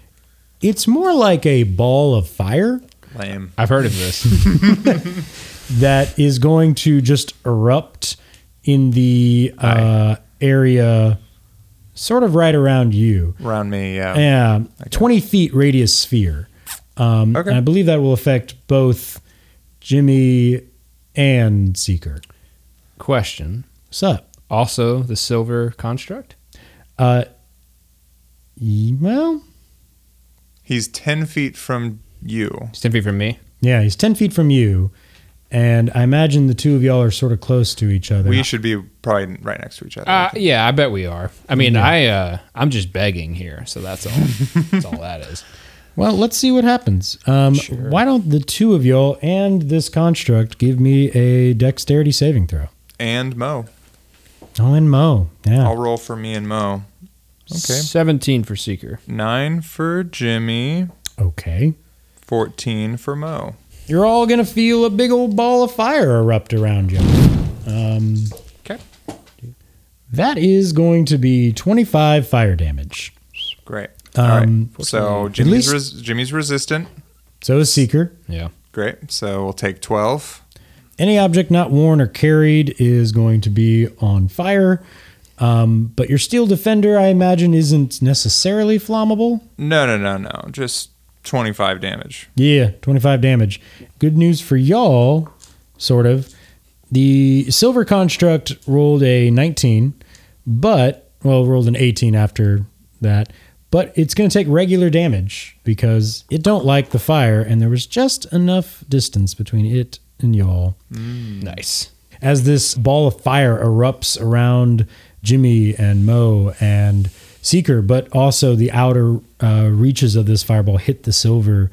Speaker 1: it's more like a ball of fire
Speaker 4: Lame.
Speaker 2: I've heard of this.
Speaker 1: that is going to just erupt in the uh, area, sort of right around you.
Speaker 4: Around me, yeah.
Speaker 1: Yeah, twenty feet radius sphere. Um,
Speaker 4: Okay.
Speaker 1: and I believe that will affect both Jimmy and Seeker.
Speaker 2: Question.
Speaker 1: Sup?
Speaker 2: Also the silver construct?
Speaker 1: Uh, y- well,
Speaker 4: He's ten feet from you.
Speaker 2: It's 10 feet from me.
Speaker 1: yeah, he's ten feet from you, and I imagine the two of y'all are sort of close to each other.
Speaker 4: We should be probably right next to each other.
Speaker 2: Uh, yeah, I bet we are. I mean, I uh, I'm just begging here, so that's all. that's all that is.
Speaker 1: well, let's see what happens. Um, Why don't the two of y'all and this construct give me a dexterity saving throw?
Speaker 4: and Mo.
Speaker 1: Oh, and Mo, yeah,
Speaker 4: I'll roll for me and Mo. Okay.
Speaker 2: Seventeen for seeker.
Speaker 4: Nine for Jimmy,
Speaker 1: okay.
Speaker 4: 14 for Mo.
Speaker 1: You're all gonna feel a big old ball of fire erupt around you. Um,
Speaker 2: Okay.
Speaker 1: That is going to be 25 fire damage.
Speaker 4: Great.
Speaker 1: Um,
Speaker 4: All right. So Jimmy's,
Speaker 1: least-
Speaker 4: res- Jimmy's resistant.
Speaker 1: So is Seeker.
Speaker 2: Yeah.
Speaker 4: Great. So we'll take 12.
Speaker 1: Any object not worn or carried is going to be on fire. Um, but your steel defender, I imagine, isn't necessarily flammable.
Speaker 4: No, no, no, no. Just 25 damage.
Speaker 1: Yeah, 25 damage. Good news for y'all, sort of. The silver construct rolled a 19, but, well, rolled an 18 after that. But it's going to take regular damage because it don't like the fire, and there was just enough distance between it and y'all.
Speaker 2: Nice.
Speaker 1: as this ball of fire erupts around Jimmy and Mo and Seeker, but also the outer uh, reaches of this fireball hit the silver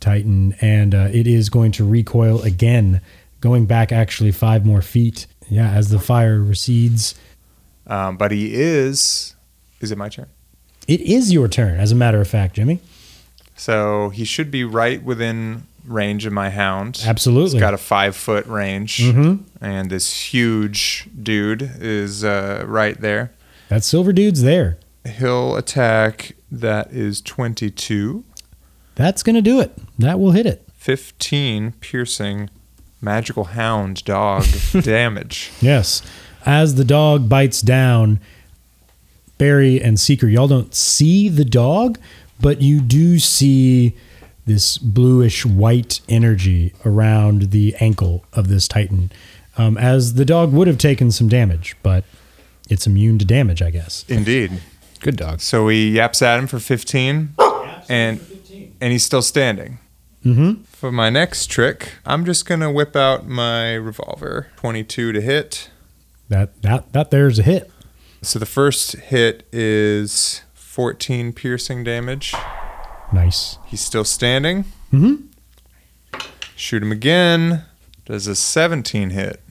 Speaker 1: Titan, and uh, it is going to recoil again, going back actually five more feet. Yeah, as the fire recedes.
Speaker 4: Um, but he is. Is it my turn?
Speaker 1: It is your turn, as a matter of fact, Jimmy.
Speaker 4: So he should be right within range of my hound.
Speaker 1: Absolutely. Mm-hmm.
Speaker 4: It's got a five foot range. And this huge dude is uh, right there.
Speaker 1: That silver dude's there.
Speaker 4: He'll attack. That is 22,
Speaker 1: That's going to do it. That will hit it.
Speaker 4: 15 piercing magical hound dog damage.
Speaker 1: Yes. As the dog bites down, Barry and Seeker, y'all don't see the dog, but you do see this bluish white energy around the ankle of this Titan, um, as the dog would have taken some damage, but it's immune to damage, I guess.
Speaker 4: Indeed.
Speaker 2: Good dog.
Speaker 4: So he yaps at him for 15, and and he's still standing.
Speaker 1: Mhm.
Speaker 4: For my next trick, I'm just gonna whip out my revolver, 22 to hit.
Speaker 1: That that that there's a hit.
Speaker 4: So the first hit is 14 piercing damage.
Speaker 1: Nice.
Speaker 4: He's still standing.
Speaker 1: Mhm.
Speaker 4: Shoot him again. Does a 17 hit?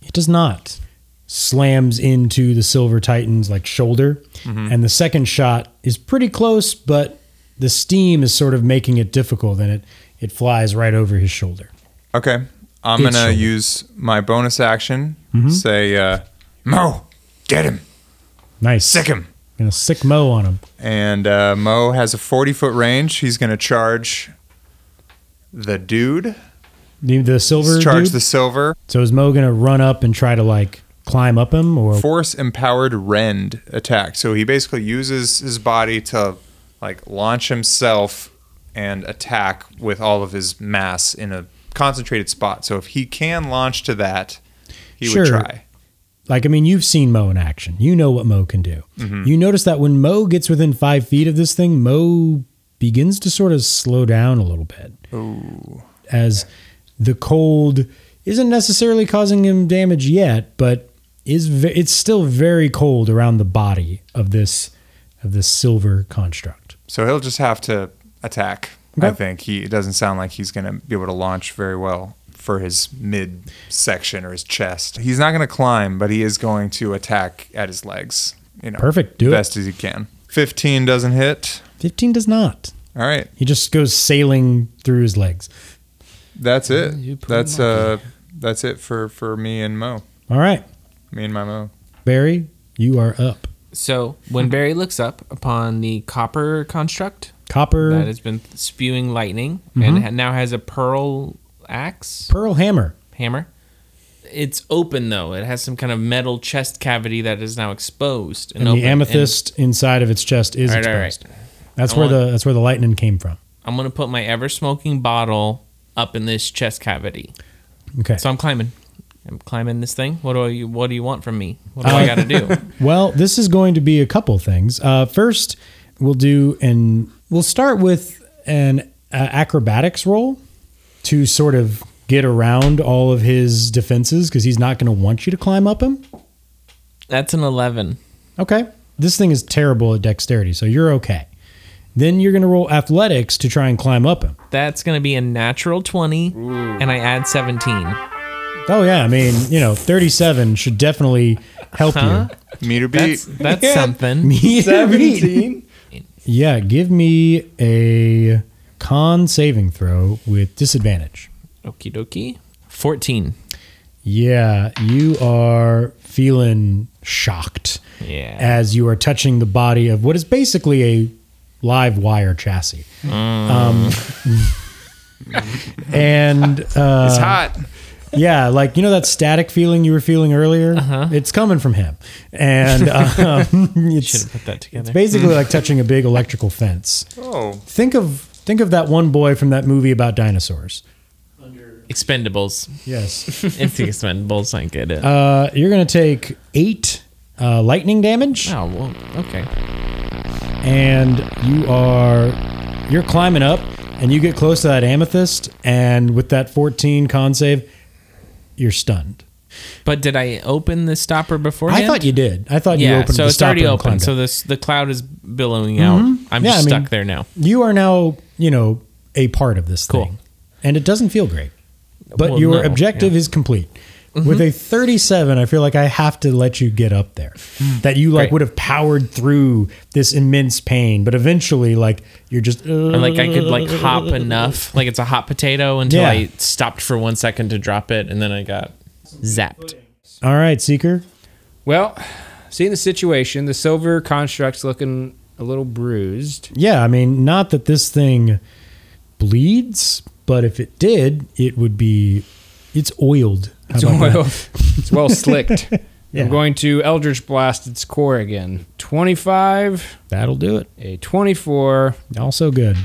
Speaker 1: It does not. Slams into the Silver Titan's like shoulder,
Speaker 4: Mm-hmm.
Speaker 1: and the second shot is pretty close, but the steam is sort of making it difficult, and it it flies right over his shoulder.
Speaker 4: Okay, I'm
Speaker 1: It's
Speaker 4: gonna
Speaker 1: shoulder.
Speaker 4: use my bonus action.
Speaker 1: Mm-hmm.
Speaker 4: Say, uh, Mo, get him,
Speaker 1: Nice,
Speaker 4: sick him.
Speaker 1: gonna sick mo on him.
Speaker 4: And uh, Mo has a 40 foot range. He's going to charge the dude,
Speaker 1: The, the silver
Speaker 4: charge
Speaker 1: dude?
Speaker 4: the silver.
Speaker 1: So is Mo gonna run up and try to like climb up him, or
Speaker 4: Force empowered rend attack. So he basically uses his body to like launch himself and attack with all of his mass in a concentrated spot. So if he can launch to that, he
Speaker 1: Sure.
Speaker 4: would try.
Speaker 1: like I mean, you've seen Mo in action. You know what Mo can do. You notice that when Mo gets within five feet of this thing, Mo begins to sort of slow down a little bit. As the cold isn't necessarily causing him damage yet, but is ve- it's still very cold around the body of this of this silver construct.
Speaker 4: So he'll just have to attack. I
Speaker 1: Okay.
Speaker 4: think he it doesn't sound like he's going to be able to launch very well for his mid section or his chest. He's not going to climb, but he is going to attack at his legs. You know,
Speaker 1: Perfect, do it.
Speaker 4: best as he can. Fifteen doesn't hit.
Speaker 1: Fifteen does not.
Speaker 4: All right,
Speaker 1: He just goes sailing through his legs.
Speaker 4: that's
Speaker 3: you
Speaker 4: it.
Speaker 3: poor
Speaker 4: That's uh, that's it for for me and Mo.
Speaker 1: All right,
Speaker 4: Me and my Mo.
Speaker 1: Barry, you are up.
Speaker 5: So when Barry looks up upon the copper construct
Speaker 1: Copper
Speaker 5: that has been spewing lightning
Speaker 1: Mm-hmm.
Speaker 5: and ha- now has a pearl axe
Speaker 1: pearl hammer.
Speaker 5: hammer. It's open though. It has some kind of metal chest cavity that is now exposed and,
Speaker 1: and
Speaker 5: open.
Speaker 1: the amethyst inside of its chest is
Speaker 5: All right, all right.
Speaker 1: exposed. That's
Speaker 5: I
Speaker 1: where
Speaker 5: want-
Speaker 1: the that's where the lightning came from.
Speaker 5: I'm gonna put my ever smoking bottle up in this chest cavity.
Speaker 1: Okay.
Speaker 5: So I'm climbing. I'm climbing this thing. What do you What do you want from me? What do I
Speaker 1: Uh,
Speaker 5: got to do?
Speaker 1: well, this is going to be a couple things. Uh, first, we'll do an we'll start with an uh, acrobatics roll to sort of get around all of his defenses because he's not going to want you to climb up him.
Speaker 5: That's an eleven.
Speaker 1: Okay. This thing is terrible at dexterity, so you're okay. Then you're going to roll athletics to try and climb up him.
Speaker 5: That's gonna be a natural twenty, and I add seventeen.
Speaker 1: Oh yeah, I mean, you know, 37 should definitely help
Speaker 5: Huh?
Speaker 1: you.
Speaker 4: Meter beat.
Speaker 5: That's that's something.
Speaker 1: Seventeen. yeah, give me a con saving throw with disadvantage.
Speaker 5: Okie dokie. Fourteen.
Speaker 1: Yeah, you are feeling shocked
Speaker 5: Yeah.
Speaker 1: as you are touching the body of what is basically a live wire chassis. Um, and uh,
Speaker 4: it's hot.
Speaker 1: yeah, like you know that static feeling you were feeling earlier. It's coming from him, and um,
Speaker 5: Should
Speaker 1: it's,
Speaker 5: have put that
Speaker 1: it's
Speaker 5: together.
Speaker 1: basically like touching a big electrical fence.
Speaker 4: Oh,
Speaker 1: Think of think of that one boy from that movie about dinosaurs.
Speaker 5: Expendables.
Speaker 1: Yes.
Speaker 5: It's the Expendables. I get it.
Speaker 1: uh, you're gonna take eight uh, lightning damage,
Speaker 5: oh well. Okay.
Speaker 1: and you are you're climbing up, and you get close to that amethyst, and with that 14 con save, you're stunned.
Speaker 5: But did I open the stopper beforehand?
Speaker 1: I thought you did. I thought you
Speaker 5: Yeah,
Speaker 1: opened.
Speaker 5: so
Speaker 1: the
Speaker 5: it's already
Speaker 1: stopper and
Speaker 5: open.
Speaker 1: climbed up.
Speaker 5: So this the cloud is billowing out. I'm
Speaker 1: Yeah, I
Speaker 5: just
Speaker 1: mean-
Speaker 5: stuck there now.
Speaker 1: you are now you know a part of this
Speaker 5: Cool.
Speaker 1: thing, and it doesn't feel great. But
Speaker 5: Well,
Speaker 1: your
Speaker 5: no, Mm-hmm.
Speaker 1: objective is complete. With a 37, I feel like I have to let you get up there. That you like
Speaker 5: Mm. Great.
Speaker 1: would have powered through this immense pain, but eventually, like you're just "Uh,
Speaker 5: And like I could like hop enough, like it's a hot potato until
Speaker 1: Yeah.
Speaker 5: I stopped for one second to drop it, and then I got zapped.
Speaker 1: All right, Seeker.
Speaker 2: Well, seeing the situation, the silver construct's looking a little bruised.
Speaker 1: Yeah, I mean, not that this thing bleeds, but if it did, it would be. It's oiled. How
Speaker 2: It's
Speaker 1: about that?
Speaker 2: well, it's well slicked.
Speaker 1: Yeah.
Speaker 2: I'm going to Eldritch Blast its core again. 25,
Speaker 1: That'll do it.
Speaker 2: a 24,
Speaker 1: Also good.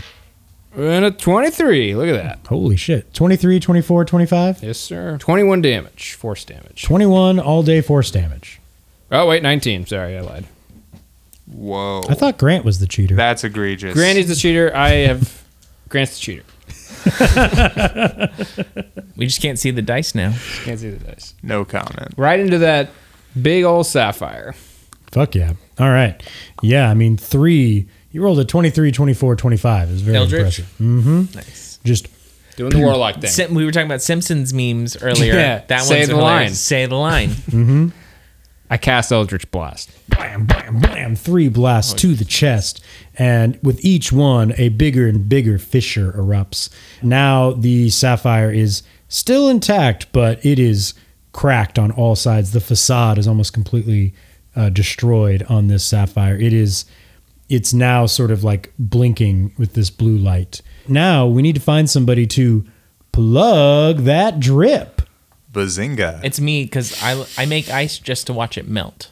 Speaker 2: and a 23. Look at that.
Speaker 1: Holy shit. 23, 24, 25?
Speaker 2: Yes, sir. 21 damage, force damage.
Speaker 1: 21 all day force damage.
Speaker 2: Oh, wait, 19. Sorry, I lied.
Speaker 10: Whoa.
Speaker 1: I thought Grant was the cheater.
Speaker 10: That's egregious.
Speaker 2: Granny's the cheater. I have. Grant's the cheater.
Speaker 5: We just can't see the dice now.
Speaker 2: Can't see the dice.
Speaker 10: no comment.
Speaker 2: Right into that big old sapphire.
Speaker 1: Fuck yeah. All right. Yeah, I mean, three. You rolled a 23, 24, 25. It was very
Speaker 5: Eldritch?
Speaker 1: impressive. Mm-hmm.
Speaker 5: Nice.
Speaker 1: Just,
Speaker 2: Doing the warlock thing.
Speaker 5: Sim- we were talking about Simpsons memes earlier.
Speaker 2: Yeah,
Speaker 5: that
Speaker 2: say
Speaker 5: one's
Speaker 2: the
Speaker 5: hilarious.
Speaker 2: line.
Speaker 5: Say the line.
Speaker 2: I cast Eldritch Blast.
Speaker 1: bam, bam, bam, three blasts to the chest. And with each one, a bigger and bigger fissure erupts. Now the sapphire is still intact, but it is cracked on all sides. The facade is almost completely uh, destroyed on this sapphire. It is, it's now sort of like blinking with this blue light. Now we need to find somebody to plug that drip.
Speaker 10: Bazinga.
Speaker 5: it's me because I I make ice just to watch it melt.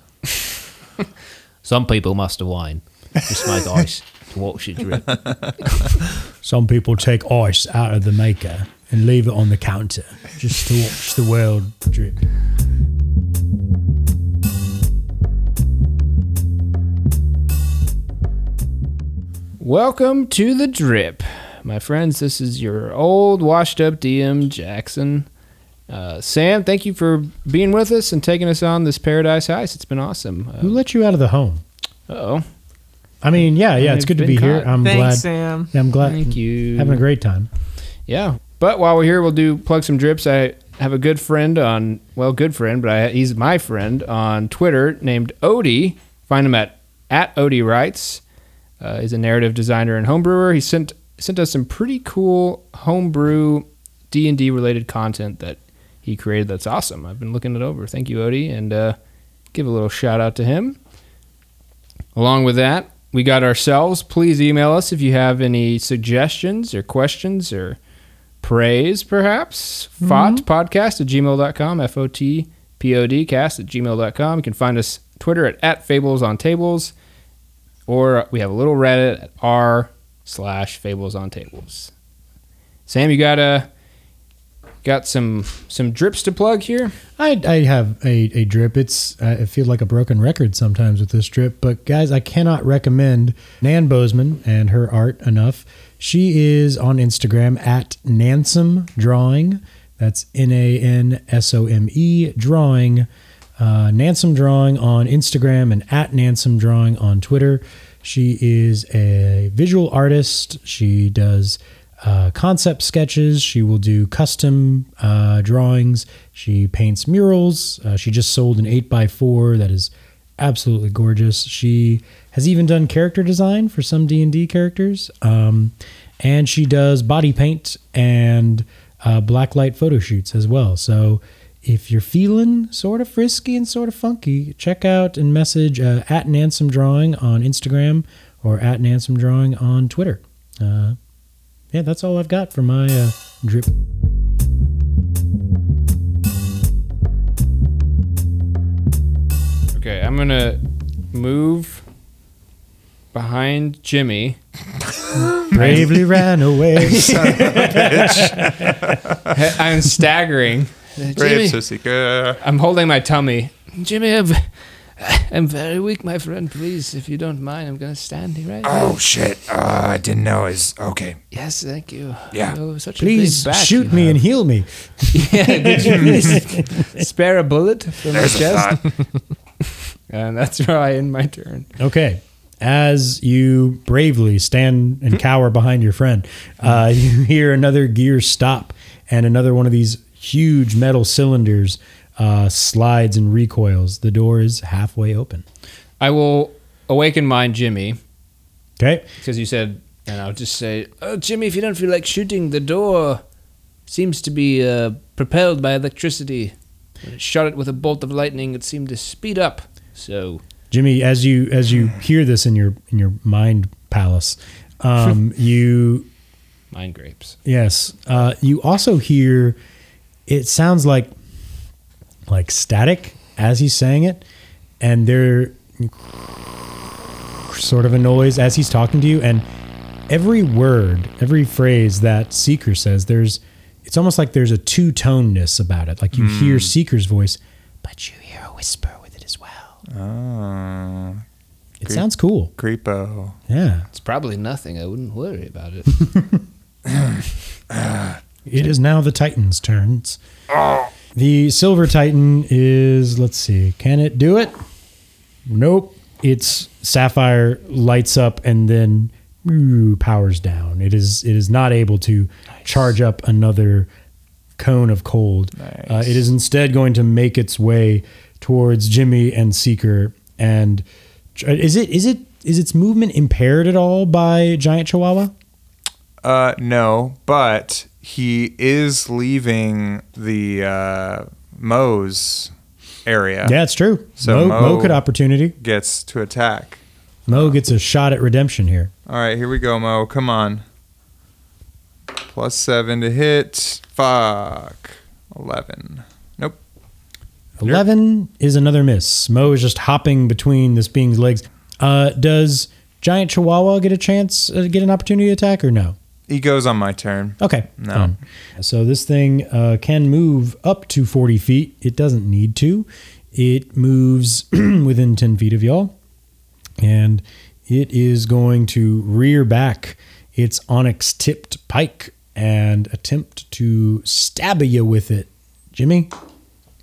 Speaker 2: Some people must have wine. Just make ice to watch it drip.
Speaker 1: Some people take ice out of the maker and leave it on the counter just to watch the world drip.
Speaker 2: Welcome to the drip, my friends. This is your old washed up DM Jackson. Uh, Sam, thank you for being with us and taking us on this paradise heist. It's been
Speaker 1: Who
Speaker 2: awesome.
Speaker 1: let you out of the home?
Speaker 2: Uh oh.
Speaker 1: I mean, yeah, yeah,
Speaker 2: I've
Speaker 1: it's good to
Speaker 2: been
Speaker 1: be here.
Speaker 2: caught.
Speaker 1: I'm
Speaker 8: Thanks,
Speaker 1: glad.
Speaker 8: Sam.
Speaker 1: I'm glad.
Speaker 2: Thank you.
Speaker 1: Having a great time.
Speaker 2: Yeah. But while we're here, we'll do plug some drips. I have a good friend on, well, good friend, but I, he's my friend on Twitter named Odie. Find him at, at Odie Writes. Uh, he's a narrative designer and homebrewer. He sent sent us some pretty cool homebrew D and D related content that he created. That's awesome. I've been looking it over. Thank you, Odie, and uh, give a little shout out to him. Along with that, we got ourselves. Please email us if you have any suggestions or questions or praise, perhaps. Fotpodcast at gmail.com, F O T P O D cast at gmail.com. You can find us Twitter at, at Fables on Tables, or we have a little Reddit at r slash Fables on Tables. Sam, you got a. Got some some drips to plug here.
Speaker 1: I, I have a, a drip. It's I feel like a broken record sometimes with this drip, but guys, I cannot recommend Nan Bozeman and her art enough. She is on Instagram at Nansom Drawing. That's N A N S O M E Drawing. Uh, Nansom Drawing on Instagram and at Nansom Drawing on Twitter. She is a visual artist. She does uh, concept sketches. She will do custom uh, drawings. She paints murals. Uh, she just sold an 8x4 that is absolutely gorgeous. She has even done character design for some D&D characters. Um, and she does body paint and uh, blacklight photo shoots as well. So if you're feeling sort of frisky and sort of funky, check out and message uh, at Nansom Drawing on Instagram or at Nansom Drawing on Twitter. Uh, yeah, that's all I've got for my uh, drip.
Speaker 2: Okay, I'm gonna move behind Jimmy.
Speaker 1: Bravely ran away.
Speaker 2: I'm staggering.
Speaker 10: Grapes are secret.
Speaker 2: I'm holding my tummy. Jimmy, I'm, I'm very weak, my friend. Please, if you don't mind, I'm gonna stand here right now.
Speaker 10: Oh shit! Uh, I didn't know. Is okay.
Speaker 2: Yes, thank you.
Speaker 10: Yeah.
Speaker 2: You're such a
Speaker 1: Please
Speaker 2: laid back,
Speaker 1: shoot
Speaker 2: you
Speaker 1: me
Speaker 2: know.
Speaker 1: and heal me.
Speaker 2: yeah, did you just spare a bullet from my
Speaker 10: There's a
Speaker 2: chest? and that's where I end my turn.
Speaker 1: Okay. As you bravely stand and cower behind your friend, uh, you hear another gear stop and another one of these huge metal cylinders uh, slides and recoils. The door is halfway open.
Speaker 2: I will awaken mine, Jimmy,
Speaker 1: Okay.
Speaker 2: because you said, and I'll just say, oh, Jimmy, if you don't feel like shooting, the door seems to be uh, propelled by electricity. When it shot it with a bolt of lightning, it seemed to speed up. So
Speaker 1: Jimmy, as you as you hear this in your in your mind palace, um, you
Speaker 2: mine grapes.
Speaker 1: Yes. Uh, you also hear it sounds like like static as he's saying it, and there sort of a noise as he's talking to you, and every word, every phrase that Seeker says, there's it's almost like there's a two toneness about it. Like you hear Seeker's voice, but you hear a whisper with it as well.
Speaker 10: Oh,
Speaker 1: It
Speaker 4: Great.
Speaker 1: sounds cool.
Speaker 4: Uh, Creepo.
Speaker 1: Yeah.
Speaker 2: It's probably nothing. I wouldn't worry about it.
Speaker 1: It is now the Titan's turns. The Silver Titan is, let's see, can it do it? Nope. Its sapphire lights up and then ooh, powers down. It is it is not able to charge up another cone of cold. Uh, it is instead going to make its way towards Jimmy and Seeker. And ch- is it is it is its movement impaired at all by Giant Chihuahua?
Speaker 4: Uh, no, but he is leaving the uh, Moe's area.
Speaker 1: Yeah, it's true. Mo,
Speaker 4: So
Speaker 1: Mo
Speaker 4: Mo-
Speaker 1: could opportunity.
Speaker 4: Gets to attack.
Speaker 1: Mo gets a shot at redemption here.
Speaker 4: All right, here we go, Mo. Come on. Plus seven to hit. Fuck. 11.
Speaker 1: 11 is another miss. Mo is just hopping between this being's legs. Uh, does Giant Chihuahua get a chance, uh, get an opportunity attack or no?
Speaker 4: He goes on my turn.
Speaker 1: Okay.
Speaker 4: No.
Speaker 1: fine. So this thing uh, can move up to 40 feet. It doesn't need to. It moves within 10 feet of y'all. And it is going to rear back its onyx tipped pike and attempt to stab you with it. Jimmy?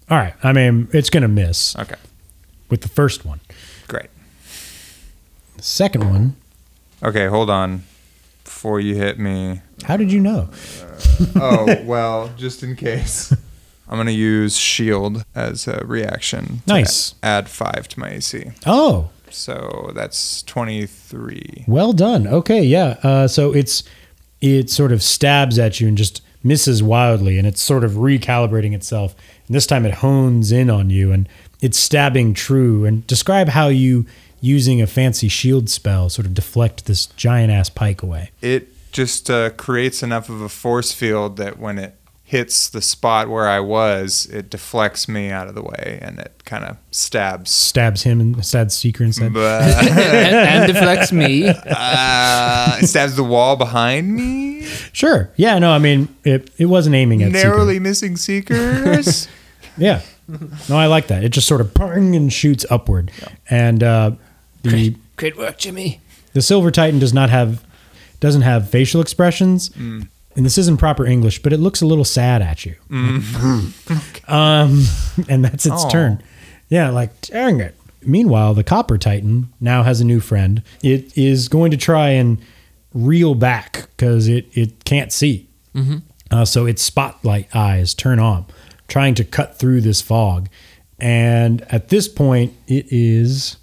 Speaker 1: All right. I mean, it's going to miss
Speaker 4: Okay,
Speaker 1: with the first one.
Speaker 4: great.
Speaker 1: The second one,
Speaker 4: Okay, hold on. Before you hit me.
Speaker 1: how did you know?
Speaker 4: Oh, well, just in case. I'm going to use shield as a reaction. to
Speaker 1: Nice.
Speaker 4: Add five to my AC.
Speaker 1: Oh,
Speaker 4: So that's 23.
Speaker 1: Well done. Okay, yeah. Uh, so it's it sort of stabs at you and just misses wildly, and it's sort of recalibrating itself. And this time it hones in on you, and it's stabbing true. And describe how you, using a fancy shield spell, sort of deflect this giant ass pike away.
Speaker 4: It just uh, creates enough of a force field that when it hits the spot where I was, it deflects me out of the way and it kind of stabs.
Speaker 1: Stabs him and stabs Seeker
Speaker 4: Mm-hmm.
Speaker 1: instead.
Speaker 4: But,
Speaker 2: and, and deflects me.
Speaker 4: uh, it stabs the wall behind me.
Speaker 1: Sure. Yeah. No. I mean, it it wasn't aiming at Seeker.
Speaker 4: Narrowly missing seekers.
Speaker 1: Yeah. No, I like that. It just sort of bang and shoots upward, and uh, the.
Speaker 2: Great work, Jimmy.
Speaker 1: the silver titan does not have doesn't have facial expressions and this isn't proper english but it looks a little sad at you um, and that's its turn yeah like dang it meanwhile the copper titan now has a new friend it is going to try and reel back because it, it can't see uh, so its spotlight eyes turn on trying to cut through this fog and at this point it is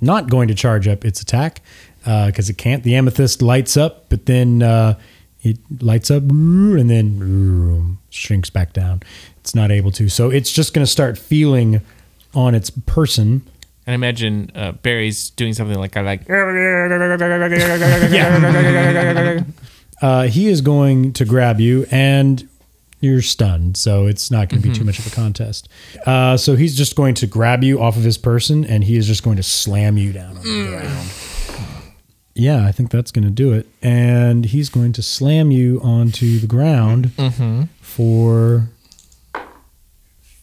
Speaker 1: not going to charge up its attack because it can't. The amethyst lights up, but then uh, it lights up and then shrinks back down. It's not able to. So it's just going to start feeling on its person.
Speaker 5: And imagine uh, Barry's doing something like I like.
Speaker 1: Uh, he is going to grab you and you're stunned. So it's not going to be too much of a contest. Uh, so he's just going to grab you off of his person and he is just going to slam you down on the ground. Yeah, I think that's going to do it. And he's going to slam you onto the ground for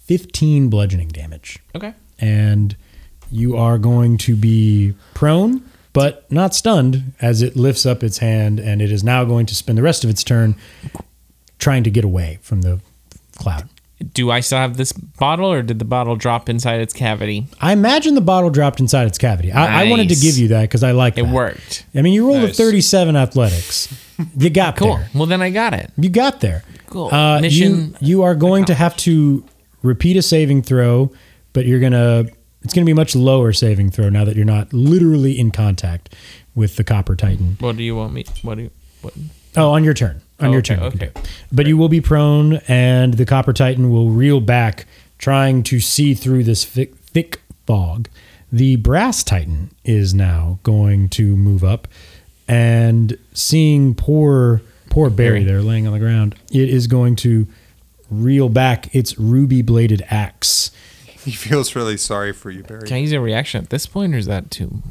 Speaker 1: 15 bludgeoning damage.
Speaker 5: Okay.
Speaker 1: And you are going to be prone, but not stunned, as it lifts up its hand and it is now going to spend the rest of its turn trying to get away from the cloud.
Speaker 5: Do I still have this bottle, or did the bottle drop inside its cavity?
Speaker 1: I imagine the bottle dropped inside its cavity. I, I wanted to
Speaker 5: Nice.
Speaker 1: give you that because I like
Speaker 5: It
Speaker 1: that.
Speaker 5: worked.
Speaker 1: I mean, you rolled
Speaker 11: Nice.
Speaker 1: a 37 athletics. You got
Speaker 5: Cool.
Speaker 1: there.
Speaker 5: Well, then I got it.
Speaker 1: You got there.
Speaker 5: Cool.
Speaker 1: Uh,
Speaker 5: Mission
Speaker 1: you, you are going to have to repeat a saving throw, but you're gonna. It's gonna be a much lower saving throw now that you're not literally in contact with the Copper Titan.
Speaker 5: What do you want me? What do you? What?
Speaker 1: Oh, on your turn. On
Speaker 5: Oh,
Speaker 1: your
Speaker 5: okay,
Speaker 1: turn. you can
Speaker 5: okay.
Speaker 1: do it. But you will be prone, and the Copper Titan will reel back, trying to see through this thick, thick fog. The Brass Titan is now going to move up, and seeing poor, poor Barry there laying on the ground, it is going to reel back its ruby bladed axe.
Speaker 4: He feels really sorry for you, Barry.
Speaker 5: Can I use a reaction at this point, or is that too?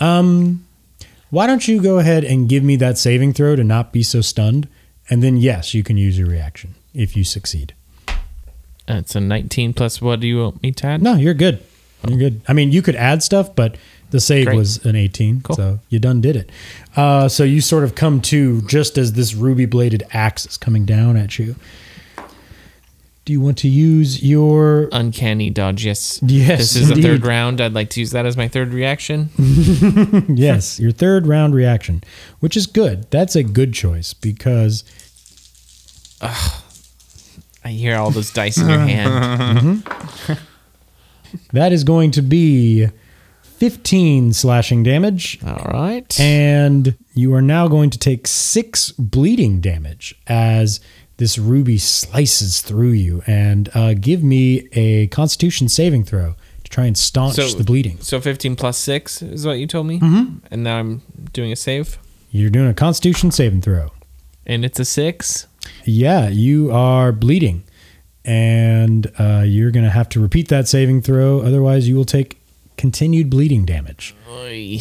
Speaker 1: Um, why don't you go ahead and give me that saving throw to not be so stunned? And then, yes, you can use your reaction if you succeed.
Speaker 5: Uh, it's a 19 plus. What do you want me to add?
Speaker 1: No, you're good. You're good. I mean, you could add stuff, but the save
Speaker 5: Oh. Great.
Speaker 1: was an 18,
Speaker 5: Cool.
Speaker 1: so you done did it. Uh, so you sort of come to just as this ruby bladed axe is coming down at you. Do you want to use your?
Speaker 5: Uncanny dodge. Yes.
Speaker 1: Yes,
Speaker 5: This is the third
Speaker 1: indeed.
Speaker 5: round. I'd like to use that as my third reaction.
Speaker 1: Yes, your third round reaction, which is good. That's a good choice because
Speaker 5: I hear all those dice in your hand.
Speaker 1: that is going to be 15 slashing damage,
Speaker 5: All right.
Speaker 1: and you are now going to take six bleeding damage as this ruby slices through you. And uh, give me a Constitution saving throw to try and staunch the bleeding.
Speaker 5: So 15 plus 6 is what you told me. Mm-hmm. And now I'm doing a save.
Speaker 1: You're doing a Constitution saving throw.
Speaker 5: And it's a 6.
Speaker 1: Yeah, you are bleeding, and uh, you're going to have to repeat that saving throw. Otherwise, you will take continued bleeding damage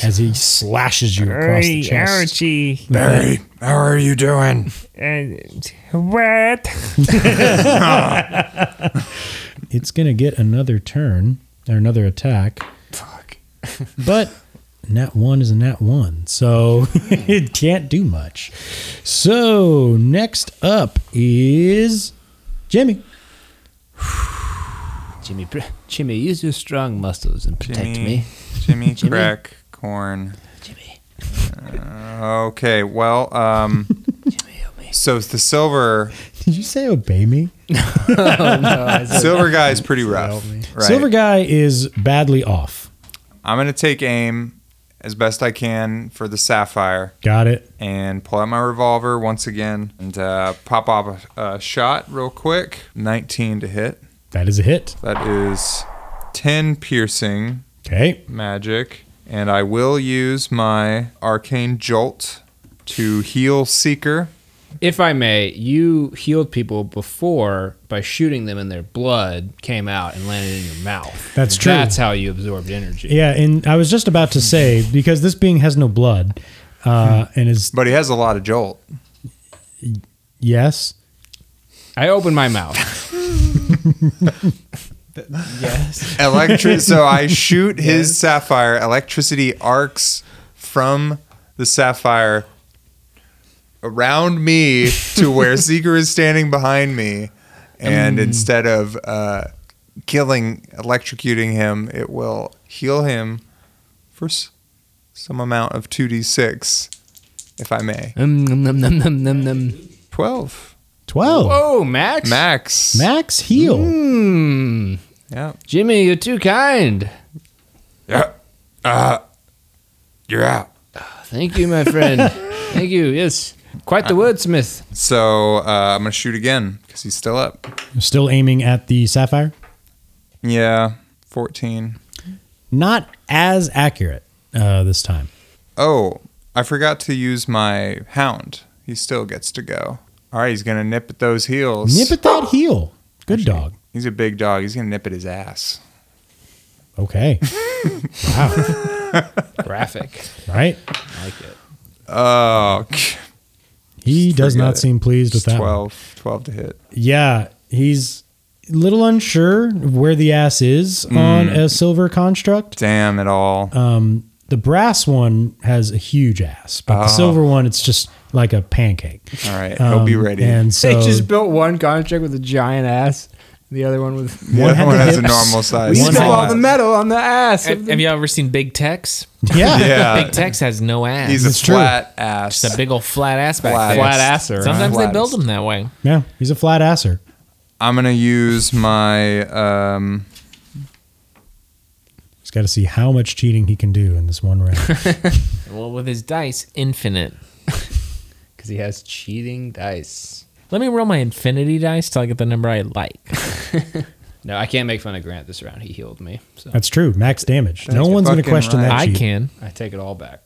Speaker 1: as he slashes you across the
Speaker 8: Hey,
Speaker 1: chest.
Speaker 8: ouchie.
Speaker 4: Barry, how are you doing?
Speaker 8: And what?
Speaker 1: it's gonna get another turn or another attack. Fuck. but nat one is a nat one, so it can't do much. So next up is Jimmy.
Speaker 2: Jimmy, pr- Jimmy, use your strong muscles and protect me.
Speaker 4: Jimmy, crack corn. Jimmy. okay, well, um. So the silver
Speaker 1: Did you say obey me?
Speaker 4: silver guy is pretty rough, right?
Speaker 1: Silver guy is badly off.
Speaker 4: I'm gonna take aim as best I can for the sapphire
Speaker 1: Got it.
Speaker 4: and pull out my revolver once again and uh, pop off a, a shot real quick. 19 to hit.
Speaker 1: That is a hit.
Speaker 4: That is 10 piercing
Speaker 1: Okay.
Speaker 4: magic, and I will use my arcane jolt to heal seeker.
Speaker 2: If I may, you healed people before by shooting them, and their blood came out and landed in your mouth.
Speaker 1: That's true.
Speaker 2: That's how you absorbed energy.
Speaker 1: Yeah, and I was just about to say because this being has no blood, uh, and is
Speaker 4: But he has a lot of jolt.
Speaker 1: yes.
Speaker 2: I opened my mouth.
Speaker 4: Electric. so I shoot his sapphire. Electricity arcs from the sapphire around me to where Seeker is standing behind me, and instead of uh, killing, electrocuting him, it will heal him for s- some amount of two d six, if I may.
Speaker 2: um, num, num, num, num, num.
Speaker 4: Twelve
Speaker 1: Twelve.
Speaker 2: Whoa, Oh, Max.
Speaker 4: max.
Speaker 1: Max heal.
Speaker 2: Hmm.
Speaker 4: Yeah.
Speaker 2: Jimmy, you're too kind.
Speaker 4: Yeah. Uh, you're out.
Speaker 2: Thank you, my friend. Thank you. Yes, quite the wordsmith.
Speaker 4: So uh, I'm gonna shoot again because he's still up.
Speaker 1: Still aiming at the sapphire.
Speaker 4: Yeah, 14.
Speaker 1: Not as accurate uh, this time.
Speaker 4: Oh, I forgot to use my hound. He still gets to go. All right, he's going to nip at those heels.
Speaker 1: Nip at that heel. Good dog.
Speaker 4: He's a big dog. He's going to nip at his ass.
Speaker 1: Okay.
Speaker 2: Graphic.
Speaker 1: right.
Speaker 4: Oh, k-
Speaker 1: He does
Speaker 4: Forget
Speaker 1: not
Speaker 4: it.
Speaker 1: seem pleased
Speaker 4: it's
Speaker 1: with that.
Speaker 4: 12. 12 to hit.
Speaker 1: One. Yeah, he's a little unsure where the ass is
Speaker 4: Hmm.
Speaker 1: on a silver construct.
Speaker 4: Damn it all.
Speaker 1: Um, the brass one has a huge ass, but the silver one, it's just like a pancake.
Speaker 4: all right, Oh. he'll be
Speaker 1: Um,
Speaker 4: ready.
Speaker 1: And so
Speaker 2: built one contract with a giant ass. The other one with
Speaker 4: One,
Speaker 1: had
Speaker 4: one
Speaker 1: the
Speaker 4: has a
Speaker 1: hips.
Speaker 4: normal size.
Speaker 2: we
Speaker 5: One
Speaker 2: spill
Speaker 5: had-
Speaker 2: all the metal on the ass.
Speaker 5: Have,
Speaker 2: of
Speaker 5: have you ever seen Big Tex?
Speaker 1: Yeah.
Speaker 5: Big
Speaker 4: Yeah,
Speaker 5: Tex has no ass.
Speaker 4: he's a flat ass.
Speaker 5: Just a big old flat ass back
Speaker 4: Flat
Speaker 5: there.
Speaker 2: ass. Flat asser, huh?
Speaker 5: Sometimes
Speaker 4: Flat
Speaker 5: they build
Speaker 4: ass.
Speaker 5: them that way.
Speaker 1: Yeah. He's a flat asser.
Speaker 4: I'm gonna use my um,
Speaker 1: He's got to see how much cheating he can do in this one round.
Speaker 5: Well, with his dice, infinite.
Speaker 2: Because he has cheating dice.
Speaker 5: Let me roll my infinity dice till I get the number I like.
Speaker 2: No, I can't make fun of Grant this round. He healed me, so
Speaker 1: That's true. Max damage. no one's going to
Speaker 4: fucking
Speaker 1: question
Speaker 4: right.
Speaker 1: that.
Speaker 5: I
Speaker 1: cheat.
Speaker 5: can.
Speaker 2: I take it all back.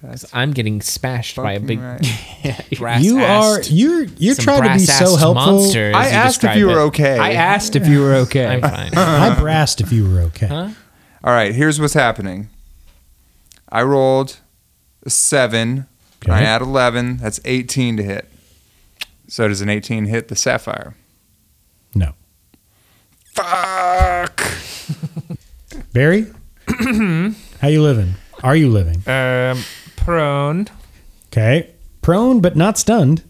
Speaker 5: 'cause I'm getting smashed by a
Speaker 4: Fucking
Speaker 5: big brass
Speaker 1: You are
Speaker 5: assed-
Speaker 1: you're you're
Speaker 5: some
Speaker 1: trying to be so
Speaker 5: brass-assed
Speaker 1: helpful.
Speaker 5: Monster, as
Speaker 4: I asked if you were
Speaker 5: describe
Speaker 4: okay.
Speaker 2: I asked if you were
Speaker 5: it.
Speaker 2: okay.
Speaker 5: I'm fine.
Speaker 1: I brassed if you were okay.
Speaker 4: All right, here's what's happening. I rolled a seven. I
Speaker 1: Okay.
Speaker 4: add eleven. That's eighteen to hit. So does an eighteen hit the sapphire?
Speaker 1: No,
Speaker 4: Fuck.
Speaker 1: Barry, how you living? Are you living?
Speaker 5: Um, prone.
Speaker 1: Okay, prone but not stunned,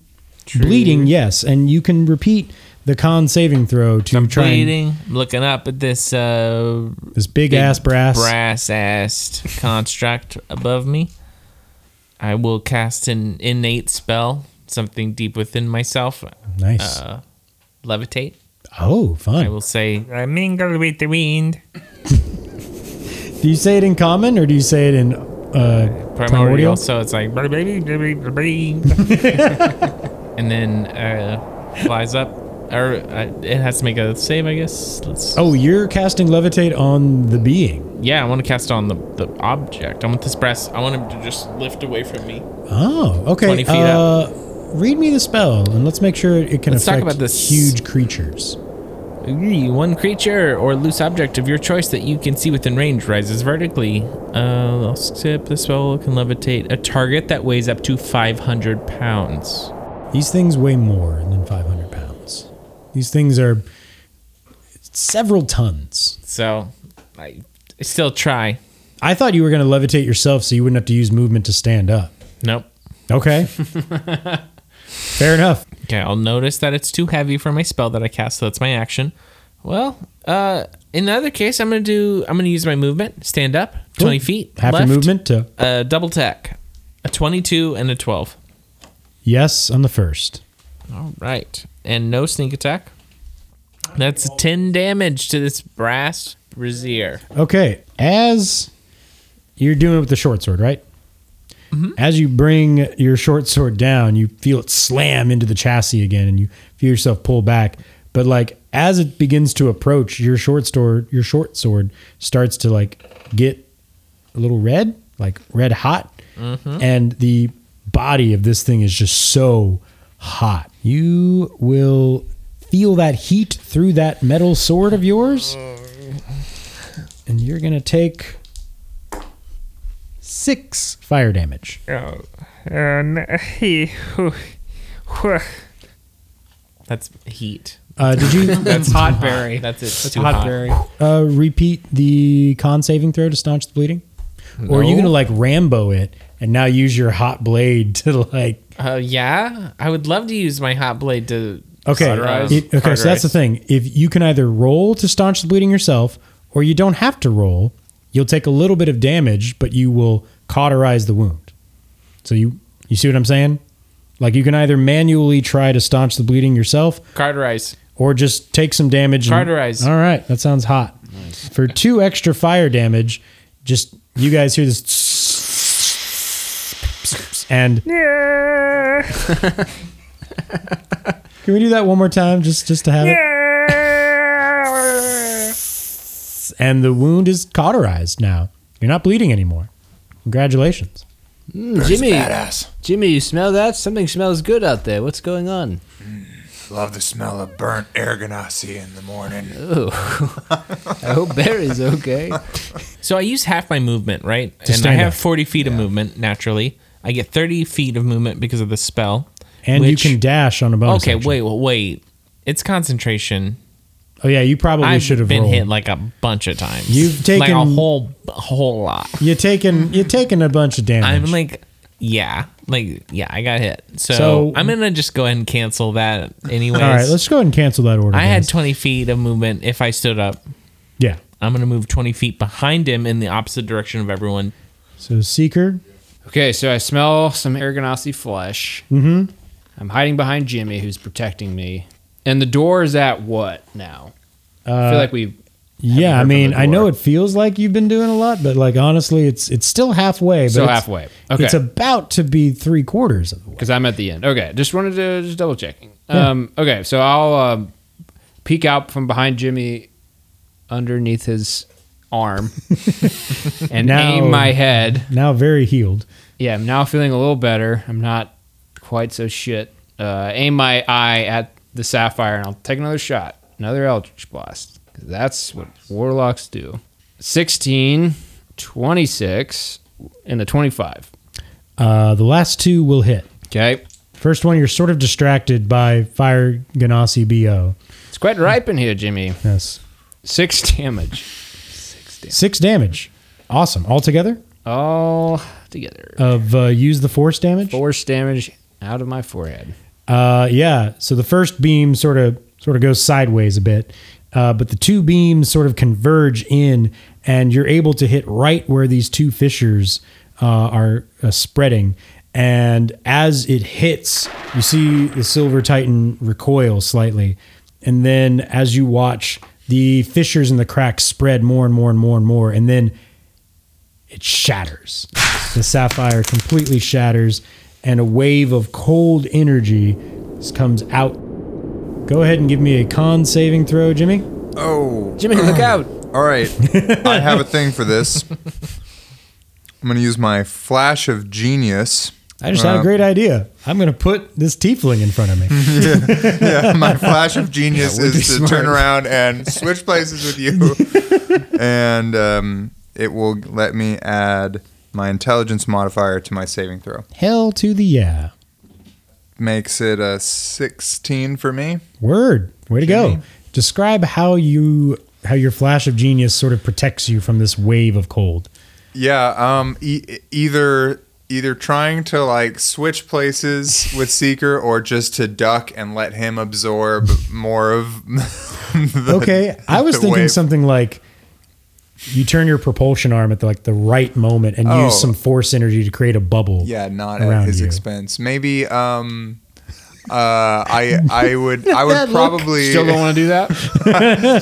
Speaker 1: bleeding. Yes, and you can repeat the con saving throw to try and,
Speaker 5: Bleeding. I'm looking up at this uh,
Speaker 1: this big, ass brass.
Speaker 5: brass assed construct above me. I will cast an innate spell, something deep within myself,
Speaker 1: nice.
Speaker 5: uh, levitate.
Speaker 1: oh,
Speaker 5: I
Speaker 1: fun.
Speaker 5: will say
Speaker 8: I mingle with the wind.
Speaker 1: Do you say it in common or do you say it in uh,
Speaker 5: primordial,
Speaker 1: primordial?
Speaker 5: so it's like,
Speaker 8: That's
Speaker 5: and then uh, flies up, or uh, it has to make a save, I guess. Let's.
Speaker 1: Oh, you're casting levitate on the being.
Speaker 5: Yeah, I want to cast on the, the object. I want this brass. I want him to just lift away from me.
Speaker 1: Oh, okay.
Speaker 5: 20 feet
Speaker 1: uh,
Speaker 5: up.
Speaker 1: Read me the spell and let's make sure it can
Speaker 5: Let's talk
Speaker 1: affect
Speaker 5: about this.
Speaker 1: huge creatures.
Speaker 5: Agree, One creature or loose object of your choice that you can see within range rises vertically. Uh, I'll skip the spell can levitate a target that weighs up to 500 pounds.
Speaker 1: These things weigh more than 500 pounds. These things are several tons.
Speaker 5: So I, I still try.
Speaker 1: I thought you were going to levitate yourself so you wouldn't have to use movement to stand up.
Speaker 5: Nope.
Speaker 1: Okay. Fair enough.
Speaker 5: Okay, I'll notice that it's too heavy for my spell that I cast, so that's my action. Well, uh, in the other case, I'm gonna do. I'm gonna use my movement, stand up,
Speaker 1: Cool.
Speaker 5: 20 feet,
Speaker 1: Half
Speaker 5: left,
Speaker 1: your movement to
Speaker 5: uh, double tack, a 22 and a 12.
Speaker 1: yes on the first.
Speaker 5: All right. And no sneak attack. That's 10 damage to this brass brazier.
Speaker 1: Okay. As you're doing it with the short sword, right? As you bring your short sword down, you feel it slam into the chassis again and you feel yourself pull back. But like as it begins to approach, your short sword your short sword starts to like get a little red, like red hot. And the body of this thing is just so hot. You will feel that heat through that metal sword of yours and you're gonna take six fire damage.
Speaker 8: Oh, and he who, who,
Speaker 5: That's heat.
Speaker 1: Uh, did you
Speaker 5: That's hot berry. That's it. That's too hot. berry.
Speaker 1: uh, repeat the con saving throw to staunch the bleeding, or are you
Speaker 5: No.
Speaker 1: gonna like Rambo it and now use your hot blade to like?
Speaker 5: Uh, yeah. I would love to use my hot blade to.
Speaker 1: Okay,
Speaker 5: Cauterize.
Speaker 1: it- okay. So that's the thing. If you can either roll to staunch the bleeding yourself, or you don't have to roll, you'll take a little bit of damage, but you will cauterize the wound. So you you see what I'm saying? Like you can either manually try to staunch the bleeding yourself,
Speaker 5: Carterize.
Speaker 1: or just take some damage. and-
Speaker 5: Carterize.
Speaker 1: All right, that sounds hot. For two extra fire damage, just you guys hear this, and
Speaker 8: yeah,
Speaker 1: can we do that one more time just just to have it?
Speaker 8: yeah.
Speaker 1: And the wound is cauterized now. You're not bleeding anymore. Congratulations.
Speaker 2: Hmm, Jimmy, Jimmy, you smell that? Something smells good out there. What's going on?
Speaker 4: Love the smell of burnt arganassi in the morning.
Speaker 2: Oh, I hope Barry's okay.
Speaker 5: So I use half my movement, right? and I
Speaker 1: stand
Speaker 5: have
Speaker 1: up.
Speaker 5: 40 feet of movement naturally. I get 30 feet of movement because of the spell.
Speaker 1: And
Speaker 5: Which-
Speaker 1: you can dash on a bonus.
Speaker 5: Okay,
Speaker 1: action.
Speaker 5: wait, well, wait. It's concentration.
Speaker 1: Oh yeah, you probably
Speaker 5: I've
Speaker 1: should have
Speaker 5: been
Speaker 1: rolled.
Speaker 5: hit like a bunch of times.
Speaker 1: You've
Speaker 5: like a
Speaker 1: taken-
Speaker 5: whole a whole lot.
Speaker 1: You're taking you're taking a bunch of damage.
Speaker 5: I'm like yeah, like yeah, I got hit. So,
Speaker 1: So-
Speaker 5: I'm gonna just go ahead and cancel that anyways.
Speaker 1: All right, let's go ahead and cancel that order.
Speaker 5: I
Speaker 1: then.
Speaker 5: had 20 feet of movement if I stood up.
Speaker 1: yeah.
Speaker 5: I'm gonna move 20 feet behind him in the opposite direction of everyone.
Speaker 1: So seeker,
Speaker 2: Okay, so I smell some Aragonasi flesh. Mm-hmm. I'm hiding behind Jimmy, who's protecting me. And the door is at what now? I
Speaker 1: Uh,
Speaker 2: feel like we.
Speaker 1: yeah.
Speaker 2: heard
Speaker 1: I
Speaker 2: from
Speaker 1: mean,
Speaker 2: the
Speaker 1: I know
Speaker 2: door.
Speaker 1: it feels like you've been doing a lot, but like honestly, it's it's still halfway. But
Speaker 2: Still
Speaker 1: it's-
Speaker 2: halfway. Okay.
Speaker 1: It's about to be three quarters of the way.
Speaker 2: Because I'm at the end. Okay, just wanted to just double checking. Um, okay, so I'll um, peek out from behind Jimmy, underneath his arm, and
Speaker 1: Now-
Speaker 2: aim my head.
Speaker 1: Now very healed.
Speaker 2: Yeah, I'm now feeling a little better. I'm not quite so shit. Uh, aim my eye at the sapphire, and I'll take another shot, another Eldritch Blast. 'Cause That's what warlocks do. 16, 26, and the 25.
Speaker 1: Uh, the last two will hit.
Speaker 2: Okay,
Speaker 1: First one, you're sort of distracted by Fire Ganassi BO.
Speaker 2: it's quite ripe in here, Jimmy.
Speaker 1: Yes.
Speaker 2: Six damage.
Speaker 1: Six damage. Awesome. All together
Speaker 2: all together.
Speaker 1: of uh, use the force damage.
Speaker 2: Force damage out of my forehead.
Speaker 1: Uh, yeah. So the first beam sort of sort of goes sideways a bit, uh, but the two beams sort of converge in, and you're able to hit right where these two fissures uh, are uh, spreading. And as it hits, you see the Silver Titan recoil slightly, and then as you watch, the fissures and the cracks spread more and more and more and more, and then it shatters. The sapphire completely shatters, and a wave of cold energy just comes out. Go ahead and give me a con saving throw, Jimmy.
Speaker 4: Oh.
Speaker 2: Jimmy, look out!
Speaker 4: All right. I have a thing for this. I'm going to use my flash of genius.
Speaker 1: I just had a
Speaker 4: Uh, Hmm.
Speaker 1: great idea. I'm going to put this tiefling in front of me.
Speaker 4: Yeah, my flash of genius
Speaker 2: Yeah, would
Speaker 4: is
Speaker 2: be
Speaker 4: to
Speaker 2: smart.
Speaker 4: turn around and switch places with you, and um, it will let me add my intelligence modifier to my saving throw.
Speaker 1: Hell to the yeah.
Speaker 4: Makes it a 16 for me.
Speaker 1: Word. Way to go. Describe how you how your flash of genius sort of protects you from this wave of cold.
Speaker 4: Yeah. Um. E- either either trying to like switch places with Seeker, or just to duck and let him absorb more of. the,
Speaker 1: Okay, I was
Speaker 4: the
Speaker 1: thinking
Speaker 4: wave.
Speaker 1: something like you turn your propulsion arm at the, like the right moment and
Speaker 4: Oh.
Speaker 1: use some force energy to create a bubble.
Speaker 4: Yeah, not
Speaker 1: around
Speaker 4: at his
Speaker 1: you.
Speaker 4: expense. Maybe. Um. Uh. I. I would. I would probably.
Speaker 2: Still don't want to do that.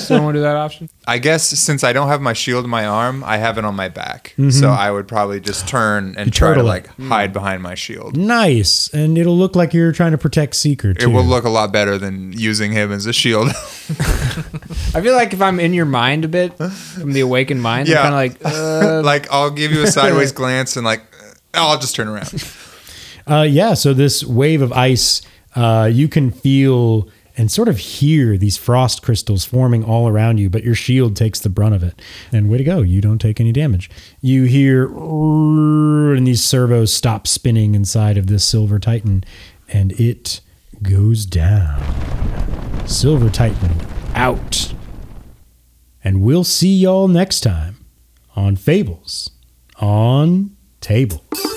Speaker 2: Still don't want to do that option.
Speaker 4: I guess since I don't have my shield in my arm, I have it on my back. So I would probably just turn and try to
Speaker 1: Mm-hmm. turtle it.
Speaker 4: like
Speaker 2: Mm.
Speaker 4: hide behind my shield.
Speaker 1: Nice, and it'll look like you're trying to protect Seeker too.
Speaker 4: It will look a lot better than using him as a shield.
Speaker 2: I feel like if I'm in your mind a bit, from the awakened mind,
Speaker 4: Yeah.
Speaker 2: I'm kind of like, uh,
Speaker 4: like I'll give you a sideways glance and like oh, I'll just turn around.
Speaker 1: Uh, yeah, so this wave of ice, uh, you can feel and sort of hear these frost crystals forming all around you, but your shield takes the brunt of it. And way to go, you don't take any damage. You hear, and these servos stop spinning inside of this Silver Titan, and it goes down. Silver Titan out. And we'll see y'all next time on Fables on Tables.